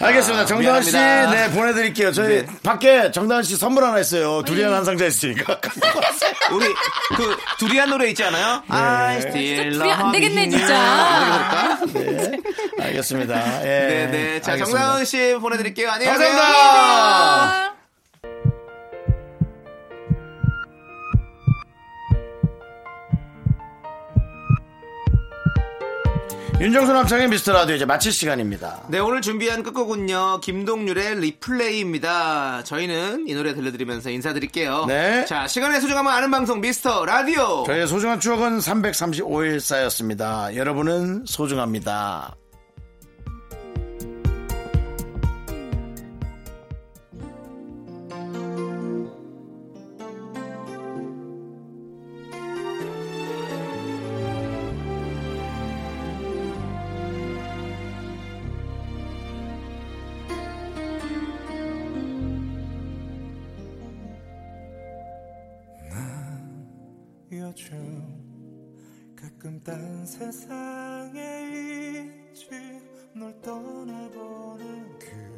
Speaker 1: 알겠습니다.
Speaker 2: 아,
Speaker 1: 정다은 씨,
Speaker 2: 미안합니다.
Speaker 1: 네, 보내드릴게요. 저희
Speaker 2: 네.
Speaker 1: 밖에 정다은 씨 선물 하나 있어요. 두리안 한 상자 있으니까.
Speaker 2: 우리 그 두리안 노래 있지 않아요? 네. I still
Speaker 6: 둘이 안
Speaker 2: love
Speaker 6: 되겠네
Speaker 2: you.
Speaker 6: 진짜.
Speaker 1: 네. 알겠습니다. 예.
Speaker 2: 네, 네. 자,
Speaker 1: 알겠습니다.
Speaker 2: 정다은 씨 보내드릴게요. 안녕히 가세요.
Speaker 1: 감사합니다. 윤정수 남창의 미스터 라디오 이제 마칠 시간입니다.
Speaker 2: 네, 오늘 준비한 끝곡은요. 김동률의 리플레이입니다. 저희는 이 노래 들려드리면서 인사드릴게요.
Speaker 1: 네.
Speaker 2: 자, 시간의 소중함을 아는 방송 미스터 라디오.
Speaker 1: 저희의 소중한 추억은 335일 쌓였습니다. 여러분은 소중합니다.
Speaker 12: 요즘 가끔 딴 세상에 있지 널 떠나보는 그